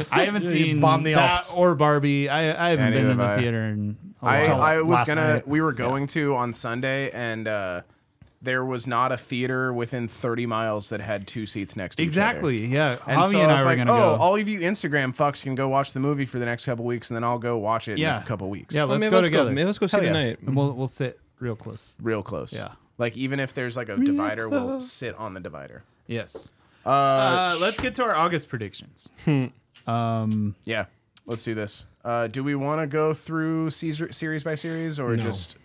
I haven't seen
bomb the
that
Alps.
or Barbie. I, I haven't
Yeah,
been
neither
in the
have I.
theater in a
I,
while.
I was
Last
gonna.
night.
We were going to on Sunday, and uh, there was not a theater within 30 miles that had two seats next to each
exactly. Yeah,
other. And
Javi
so
and I,
I was
were
like,
gonna
"Oh,
go.
all of you Instagram fucks can go watch the movie for the next couple weeks, and then I'll go watch it
yeah,
in a couple weeks.
Yeah,
Well,
let's
maybe
go together.
Maybe let's go see
Hell yeah.
(laughs)
tonight.
and we'll we'll sit real close.
real close.
Yeah.
like even if there's like a divider, we'll sit on the divider.
Yes.
Uh,
Uh, let's get to our August predictions. um,
yeah, let's do this. Uh, do we want to go through Caesar, series by series or just?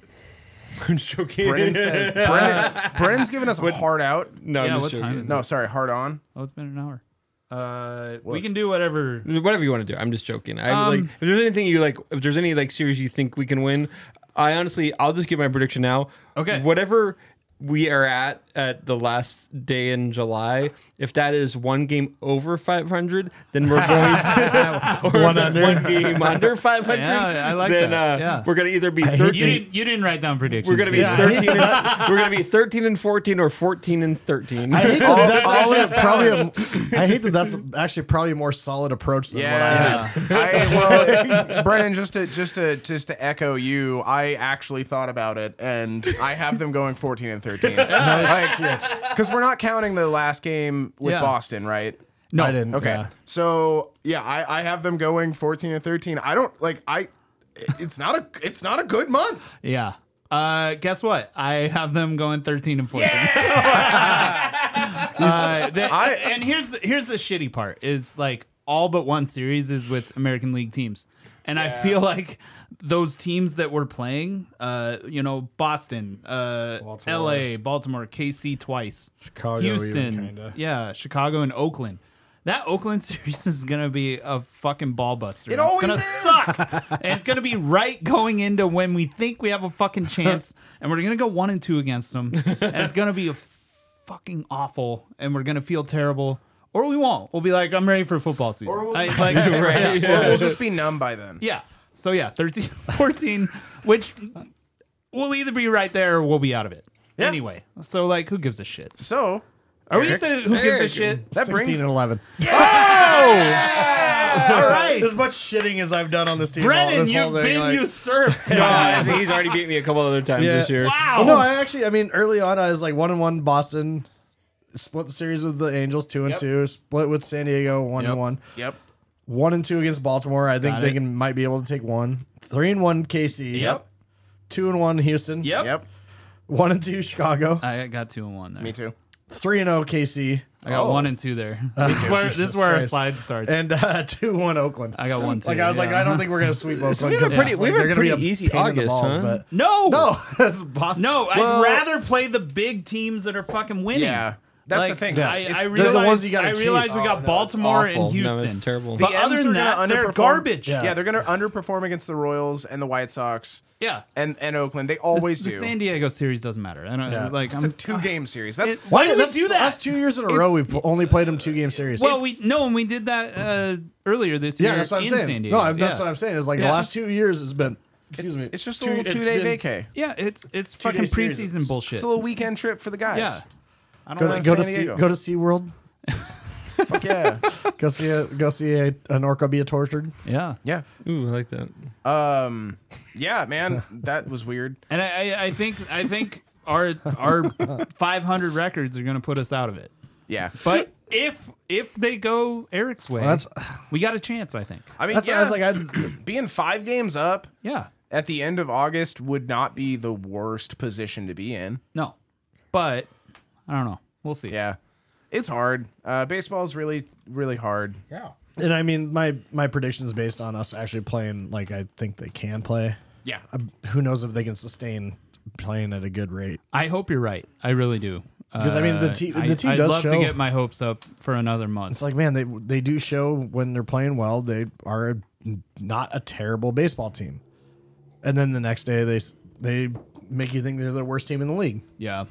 I'm just joking.
Brennan says Brennan, Brennan's giving us a hard out.
no,
Yeah,
I'm
what
just
time
joking.
is
No, sorry, hard on.
oh, it's been an hour. Uh, we can do whatever.
Whatever you want to do. I'm just joking. I
Um,
like if there's anything you like if there's any like series you think we can win, I honestly I'll just give my prediction now.
Okay.
Whatever we are at at the last day in July, if that is one game over 500, then we're going to or
One
if that's
under.
one game under 500.
Yeah, I like
then,
that.
Uh,
Yeah.
we're going to either be
You
13
didn't. You didn't write down predictions.
we're gonna be
did you?
Yeah.
thirteen. And, we're gonna be thirteen and fourteen, or fourteen and thirteen.
I hate that that's actually probably a, I hate that that's actually probably a more solid approach than what I had.
Yeah. (laughs) I, well, Brennan, just to just to just to echo you, I actually thought about it, and I have them going 14 and 13. Because we're not counting the last game with
Yeah.
Boston, right?
No.
I didn't.
Okay.
yeah.
So yeah, I, I have them going 14 and 13. I don't like I. It's not a it's not a good month.
Yeah. Uh, guess what? I have them going 13 and 14. (laughs) uh, the-
I-
and here's the, here's the shitty part is like all but one series is with American League teams. And I feel like those teams that we're playing, uh, you know, Boston, uh,
Baltimore.
LA, Baltimore, KC twice,
Chicago even,
Houston,
kinda.
yeah, Chicago and Oakland. That Oakland (laughs) series is gonna be a fucking ball buster. It
always
it's gonna
is.
suck, and it's gonna be right going into when we think we have a fucking
(laughs)
chance, and we're gonna go one and two against them, and it's gonna be a fucking awful, and we're gonna feel terrible, or we won't. We'll be like, I'm ready for football season.
Or we'll-
I-
(laughs)
like, (laughs) yeah.
Right.
Or we'll just be numb by then.
Yeah. So yeah, 13, (laughs) 14, which we'll either be right there or we'll be out of it.
Yeah.
Anyway, so like, who gives a shit?
So
Are we at the
Eric?
who gives a
Eric.
(laughs)
shit?
that
16
brings
and 11.
All right.
As much shitting as I've done on this team. all-
Brennan,
this whole
you've
thing,
been
like-
usurped.
(laughs) I
God.
think he's already beat me a couple other times
Yeah.
this year.
Wow.
Well, no, I actually, I mean, early on, I was like one and one Boston, split the series with the Angels, two and
Yep.
two, split with San Diego, one
Yep.
and one,
Yep.
one and two against Baltimore. I think
Got
they
it.
can might be able to take one, three and one
(laughs)
KC,
Yep.
two and one Houston,
Yep.
Yep.
one and two Chicago,
I got two and one there.
Me too.
three and oh zero KC,
I got
Oh.
one and two there. this is where, this is
Jesus
where our
Christ.
slide starts.
and uh, (laughs) two and one Oakland.
I got (laughs) one too.
like I was like,
yeah.
I don't think we're gonna sweep Oakland.
we have a
'cause
pretty-
it's,
we
like,
have a
they're gonna be
pretty easy
pain in the
August,
balls,
huh?
But
No.
no, (laughs) that's Boston.
No,
Well-
I'd rather play the big teams that are fucking winning.
Yeah. That's the
Like,
thing.
I,
If-
I
the
realize.
ones you gotta
I realize we
chase.
got Baltimore
awful.
and
No, it's
Houston.
terrible.
But
The
other
M's
than
are gonna
that, they're
underperform.
garbage.
Yeah.
Yeah.
they're going to underperform against the Royals and the White Sox
Yeah.
and, and Oakland. They always
the
do.
San Diego series doesn't matter. I don't
Yeah.
like.
it's
I'm,
a two game series. That's
It- Why did we
that's
do
the
that?
Last two years in a row, we've only played them two game series.
Well, we no, and we did that uh, earlier this year
Yeah, that's what I'm
in
saying.
San Diego.
No, I'm, that's
yeah.
what I'm saying. Is like
Yeah.
the last two years has been. Excuse me.
it's just a little
it's
two day
been-
vacay.
Yeah, it's it's fucking
day series.
preseason bullshit.
It's a little weekend trip for the guys.
Yeah, I don't
Go to
like
go to,
San
sea,
Diego.
go to SeaWorld.
(laughs) Fuck yeah.
(laughs) Go see a go see a, an orca be tortured.
Yeah,
yeah.
Ooh, I like that.
Um, yeah, man. That was weird.
and I, I, I think I think our
(laughs)
our 500 records are gonna put us out of it.
Yeah.
But if if they go Eric's way,
that's-
we got a chance. I think.
I mean,
That's
yeah,
I was like, I
being five games up
Yeah.
at the end of August would not be the worst position to be in.
No, but I don't know. We'll see.
Yeah. It's hard. Uh, baseball's really, really hard. Yeah.
and I mean my my predictions based on us actually playing like I think they can play.
Yeah.
Who knows if they can sustain playing at a good rate?
I hope you're right. I really do.
'Cause, I mean, the
Uh,
te- the
I-
team
I'd
does
love to
show-
get my hopes up for another month.
It's like man, they they do show when they're playing well. They are not a terrible baseball team, and then the next day they s- they make you think they're the worst team in the league.
yeah.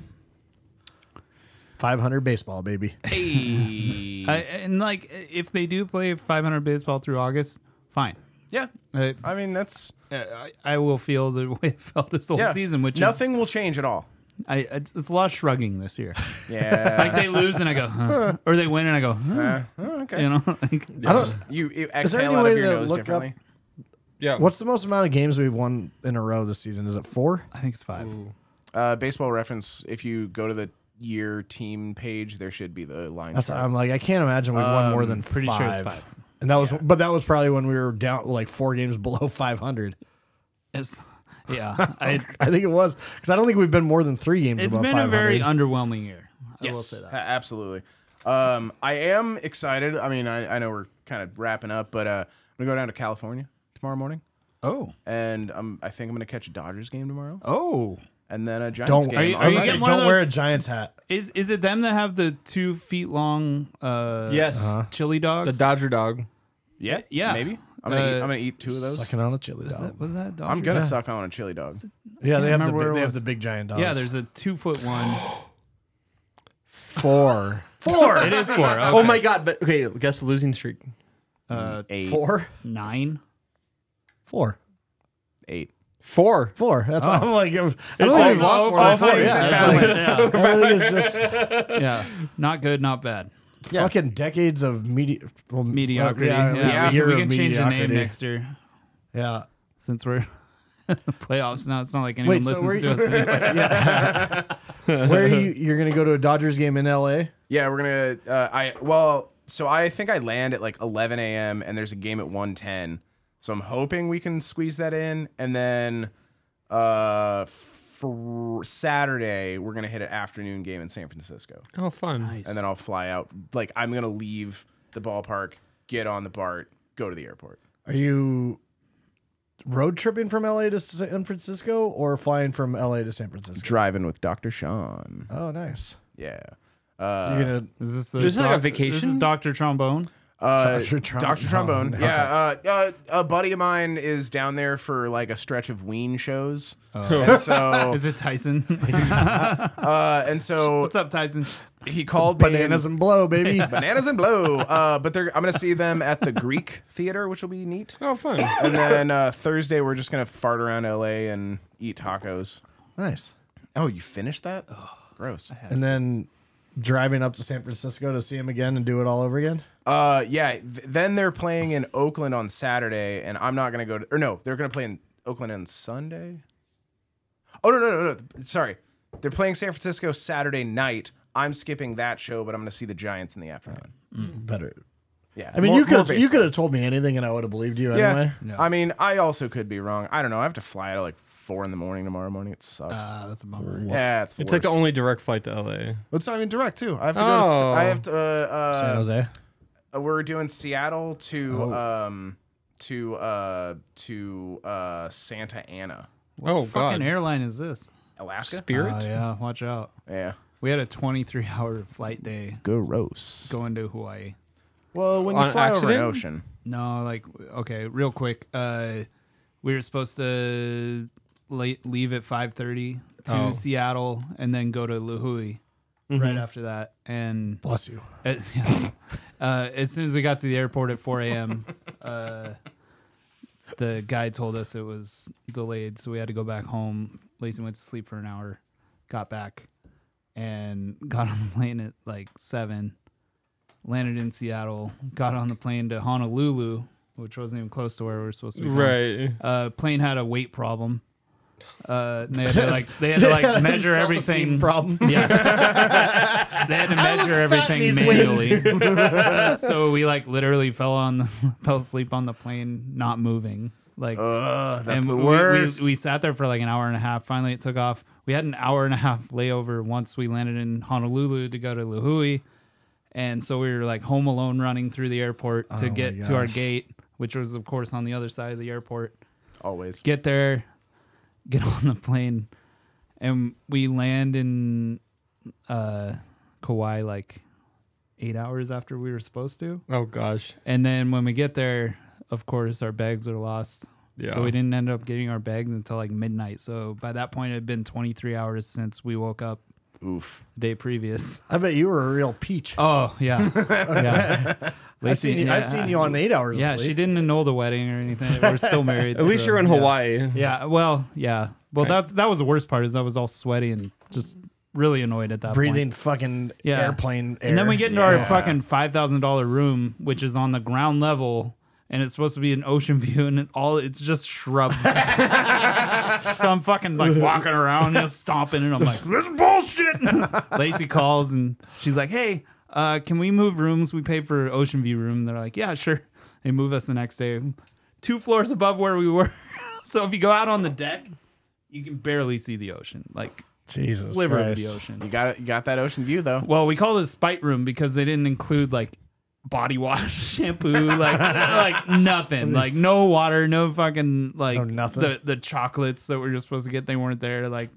Five hundred baseball, baby.
Hey.
I, and like, if they do play 500 baseball through August, fine.
yeah.
I,
I mean, that's
I, Uh, I will feel the (laughs) way I felt this whole
yeah.
season, which
nothing will change at all.
is I, it's, it's a lot of shrugging this
(laughs)
year.
Yeah.
Like they lose and I go,
(laughs)
huh. or they win and I go, huh.
Oh, okay.
you know, (laughs) like,
I don't,
You, you
there
exhale
any
out
way
of your
to
nose
look up-
differently.
Yeah.
what's the most amount of games we've won in a row this season? Is it four?
I think it's five.
Uh, baseball reference, if you go to the year team page, there should be the line.
That's
chart.
I'm like I can't imagine we've won more than
Um, pretty
five.
sure it's five.
And that was, but that was probably when we were down like four games (laughs) below 500.
It's,
(laughs)
yeah. I,
I think it was because I don't think we've been more than three games.
it's
above
been a
500.
very underwhelming year. I will say
A-
that.
Absolutely. Um, I am excited. I mean, I, I know we're kind of wrapping up, but uh, I'm gonna go down to California tomorrow morning,
Oh,
and um, I think I'm gonna catch a Dodgers game tomorrow.
oh,
and then a Giants
Don't
game.
are you,
Are you
I'll
getting
see.
one of
don't wear a
those-
Giants hat.
Is is it them that have the two feet long? Uh,
Yes. Uh-huh.
chili
The
dogs.
Dodger dog.
yeah,
yeah.
maybe. I'm gonna, eat,
Uh,
I'm gonna eat two of those.
Sucking on a chili
Is
dog.
that, was that dog?
I'm gonna suck on a chili dog.
Yeah, they have the
remember where
big,
it
they have
was.
the big giant dogs.
Yeah, there's a two foot
(gasps)
one.
Four.
(laughs) four.
it is four.
Oh
okay.
my god! But okay, guess the losing streak.
Uh,
Eight,
Four.
nine.
Four.
eight.
Four.
Four. That's I'm like I'm, I
all-
don't think lost
all-
more than
all
four.
fours.
Yeah, it's like, (laughs)
Yeah.
everything is just (laughs)
yeah, not good, not bad.
fucking decades of medi- well,
Mediocrity.
well, yeah, at least a
yeah,
year
we
of
can change the name
mediocrity.
next year
Yeah.
since we're (laughs) in the playoffs now. It's not like anyone
Wait, so
listens
were
to us.
(laughs)
Anyway.
Where are you? You're gonna go to a Dodgers game in L.A.
Yeah, we're gonna. Uh, I well, so I think I land at like 11 a.m. and there's a game at 1:10. So I'm hoping we can squeeze that in, and then uh, for Saturday we're gonna hit an afternoon game in San Francisco,
Oh, fun.
and then I'll fly out. Like I'm gonna leave the ballpark, get on the BART, go to the airport.
Are you road tripping from L.A. to San Francisco or flying from L.A. to San Francisco?
Driving with Dr. Sean.
Oh, nice.
Yeah.
You're gonna
Is this the
This is like a
doc- This
vacation?
is Doctor Trombone.
Uh,
Dr. Trom-
Dr. Trombone.
Trombone.
Yeah. Uh, uh, a buddy of mine is down there for like a stretch of Ween shows. And so,
Is it Tyson? (laughs)
uh, and so
What's up, Tyson?
he called me and-
bananas and blow, baby.
(laughs) Bananas and blow. Uh, but they're, I'm going to see them at the Greek theater, which will be neat.
Oh, fun.
And then uh, Thursday, we're just going to fart around LA and eat tacos.
(laughs) nice.
Oh, you finished that? Gross.
And then driving up to San Francisco to see him again and do it all over again.
Uh, yeah. th- then they're playing in Oakland on Saturday, and I'm not gonna go to. Or no, they're gonna play in Oakland on Sunday. Oh no no no no! Sorry, they're playing San Francisco Saturday night. I'm skipping that show, but I'm gonna see the Giants in the afternoon.
Better.
Yeah.
I mean,
More-
you
more
could you
baseball.
could have told me anything and I would have believed you
Yeah.
anyway.
I mean, I also could be wrong. I don't know. I have to fly out at like four in the morning tomorrow morning. It sucks.
Uh, that's a bummer.
yeah, it's the
It's like
worst.
the only direct flight to LA.
Well, it's not even direct too. I have to go. To,
Oh.
I have to. Uh, uh,
San Jose.
Uh, we're doing Seattle to
Oh.
um to uh to uh Santa Ana,
oh
Fucking
god.
airline is this?
Alaska.
Spirit.
Oh yeah, watch out.
Yeah.
We had a 23 hour flight day
Gross.
going to Hawaii.
Well, when
On
you fly over
accident?
an ocean,
No, like okay, real quick. Uh, we were supposed to late leave at five thirty to
Oh. Mm-hmm.
Seattle and then go to Luhui right after that. And
Bless (laughs) you.
uh, (laughs) yeah. uh, as soon as we got to the airport at four a.m., uh, the guy told us it was delayed, so we had to go back home. Lacey went to sleep for an hour, got back, and got on the plane at like seven. Landed in Seattle, got on the plane to Honolulu, which wasn't even close to where we were supposed to be. going.
Right.
Uh, plane had a weight problem. Uh, and they had to like they had to
(laughs)
like measure
Self-esteem
everything. (laughs)
Problem.
Yeah. they had to measure everything
these
manually. (laughs) Uh, so we like literally fell on the, (laughs) fell asleep on the plane, not moving. Like
Ugh, Uh, that's
Uh, and
the
we- we-
worst.
We, sat there for like an hour and a half. Finally, it took off. We had an hour and a half layover once we landed in Honolulu to go to Lihue, and so we were like home alone, running through the airport to get to our
gosh.
gate, which was of course on the other side of the airport
Always.
get there, get (laughs) on the plane, and we land in uh, Kauai like eight hours after we were supposed to.
Oh gosh.
And then when we get there, of course, our bags are lost.
Yeah.
So we didn't end up getting our bags until like midnight. So by that point, it had been 23 hours since we woke up
Oof.
the day previous.
I bet you were a real peach.
Oh, yeah. yeah.
I've seen, you, I've seen you on eight hours.
Yeah,
of
she
sleep.
didn't annul the wedding or anything. We're still married.
At least
so,
you're in
yeah.
Hawaii.
Yeah. Well, yeah. Well,
Okay.
that's that was the worst part is I was all sweaty and just really annoyed at that
breathing
point.
fucking
Yeah.
airplane air.
And then we get into
Yeah.
our fucking five thousand dollar room, which is on the ground level, and it's supposed to be an ocean (laughs) view, and it all it's just
(laughs)
shrubs. so I'm fucking like walking around, just stomping, and I'm like, "This is bullshit." (laughs) Lacey calls, and she's like, "Hey, uh, can we move rooms? We pay for ocean view room." And they're like, "Yeah, sure." They move us the next day, two floors above where we were. (laughs) so if you go out on the deck, you can barely see the ocean, like
Jesus
sliver
Christ.
of the ocean.
You got you got that ocean
(laughs)
view though.
Well, we called it a spite room because they didn't include like body wash, (laughs) shampoo, like like nothing, like no water, no fucking like
No nothing.
The the chocolates that we are just supposed to get, they weren't there. Like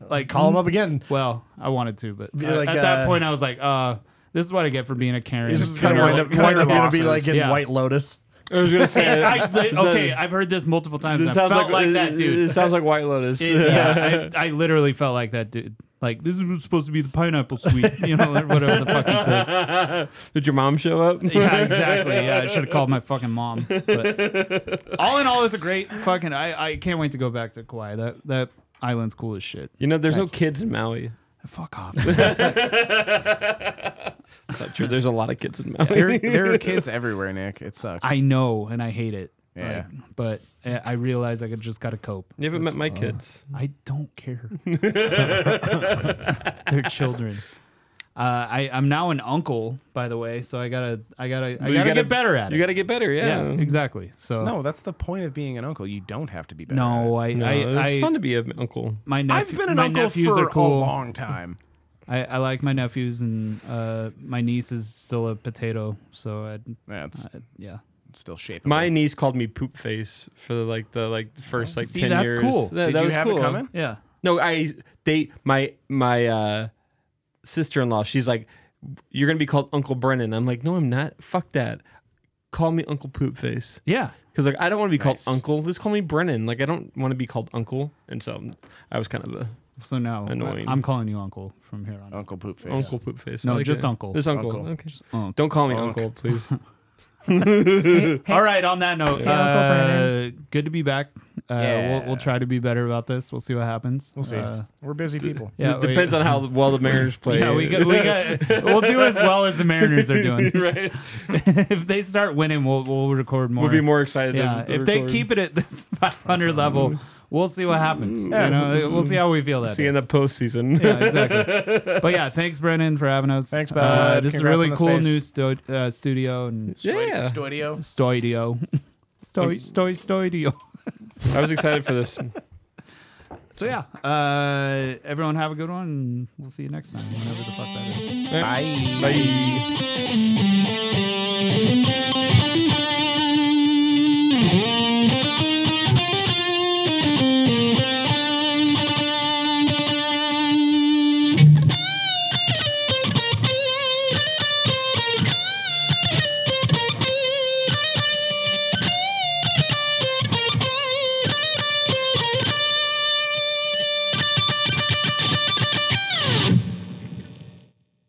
Like
Call him up again.
Well, I wanted to, but
Be
I-
like,
at that
uh,
point, I was like, uh, this is what I get for being a Karen.
He's just gonna
Karen-
wind up,
Karen
wind up gonna be
losses.
like in
Yeah.
White Lotus.
I was gonna (laughs) say.
I,
(laughs)
li-
so-
okay, I've heard this multiple times.
(laughs) it
and I felt like,
uh,
that dude.
It sounds like White Lotus.
It-
(laughs)
yeah, I, I literally felt like that dude. Like this is supposed to be the pineapple suite, you know, or whatever the fuck he says.
Did your mom show up?
Yeah, exactly. Yeah, I should have called my fucking mom. But all in all, it's a great fucking. I, I can't wait to go back to Kauai. That that island's cool as shit.
You know, there's no kids in Maui.
Fuck off.
That's not true. There's a lot of kids in Maui.
There, there are kids everywhere, Nick. It sucks.
I know, and I hate it.
Yeah.
Like, but uh, I realize I could just gotta cope.
You haven't met my kids.
I don't care. They're children. Uh, I I'm now an uncle, by the way. So I gotta I gotta I
you
gotta,
gotta-
get better at it.
You got to get better.
yeah,
Yeah.
exactly. So
no, that's the point of being an uncle. You don't have to be better.
uh, no, I
No,
I,
it's
I
fun to be an uncle.
my nephew,
I've been an
my
uncle
nephews
for
are cool.
a long time.
I, I like my nephews and uh, my niece is still a potato. So I'd,
That's
i yeah.
still shapeable.
My niece called me poop face for the, like the like first like
See,
ten
that's
years.
cool.
That,
Did
that
you
was
have
cool.
it coming?
Yeah.
No, I they my my uh, sister in law. She's like, you're gonna be called Uncle Brennan. I'm like, no, I'm not. Fuck that. Call me Uncle Poop Face
Yeah.
because like I don't want to be
Nice.
called Uncle. Just call me Brennan. Like I don't want to be called Uncle. And so I was kind of the
So now
Annoying. Oh.
I, am calling you uncle from here on. out.
Uncle poop face.
Uncle Poop Face.
No,
I like
just
it.
Uncle.
Just Uncle.
Uncle.
Okay.
Just uncle.
Don't call me
Unc.
(laughs)
Uncle, please.
All right. On that note, uh, good to be back. Uh,
Yeah.
we'll, we'll try to be better about this. We'll see what happens.
We'll see.
Uh,
We're busy people.
yeah,
it depends
we,
on how well the
(laughs)
Mariners play.
Yeah, we got, we got, we'll do as well
(laughs)
as the Mariners are doing.
right.
(laughs) if they start winning, we'll we'll record more.
We'll be more excited.
Yeah,
to- to
if they
record.
keep it at this (laughs) 500 level, we'll see what happens.
Yeah.
You know, we'll see how we feel that.
(laughs) see
day.
in the postseason.
(laughs) yeah, exactly. but yeah, thanks, Brennan, for having us.
Thanks, bud.
uh, This is
Congrats
really
on the
cool
space.
new sto- uh, studio and
Yeah.
Studio.
studio. Stoi, stoi, studio.
I was excited
(laughs)
for this.
So yeah, uh, everyone have a good one. and We'll see you next time, whenever the fuck that is.
Bye.
Bye.
Bye.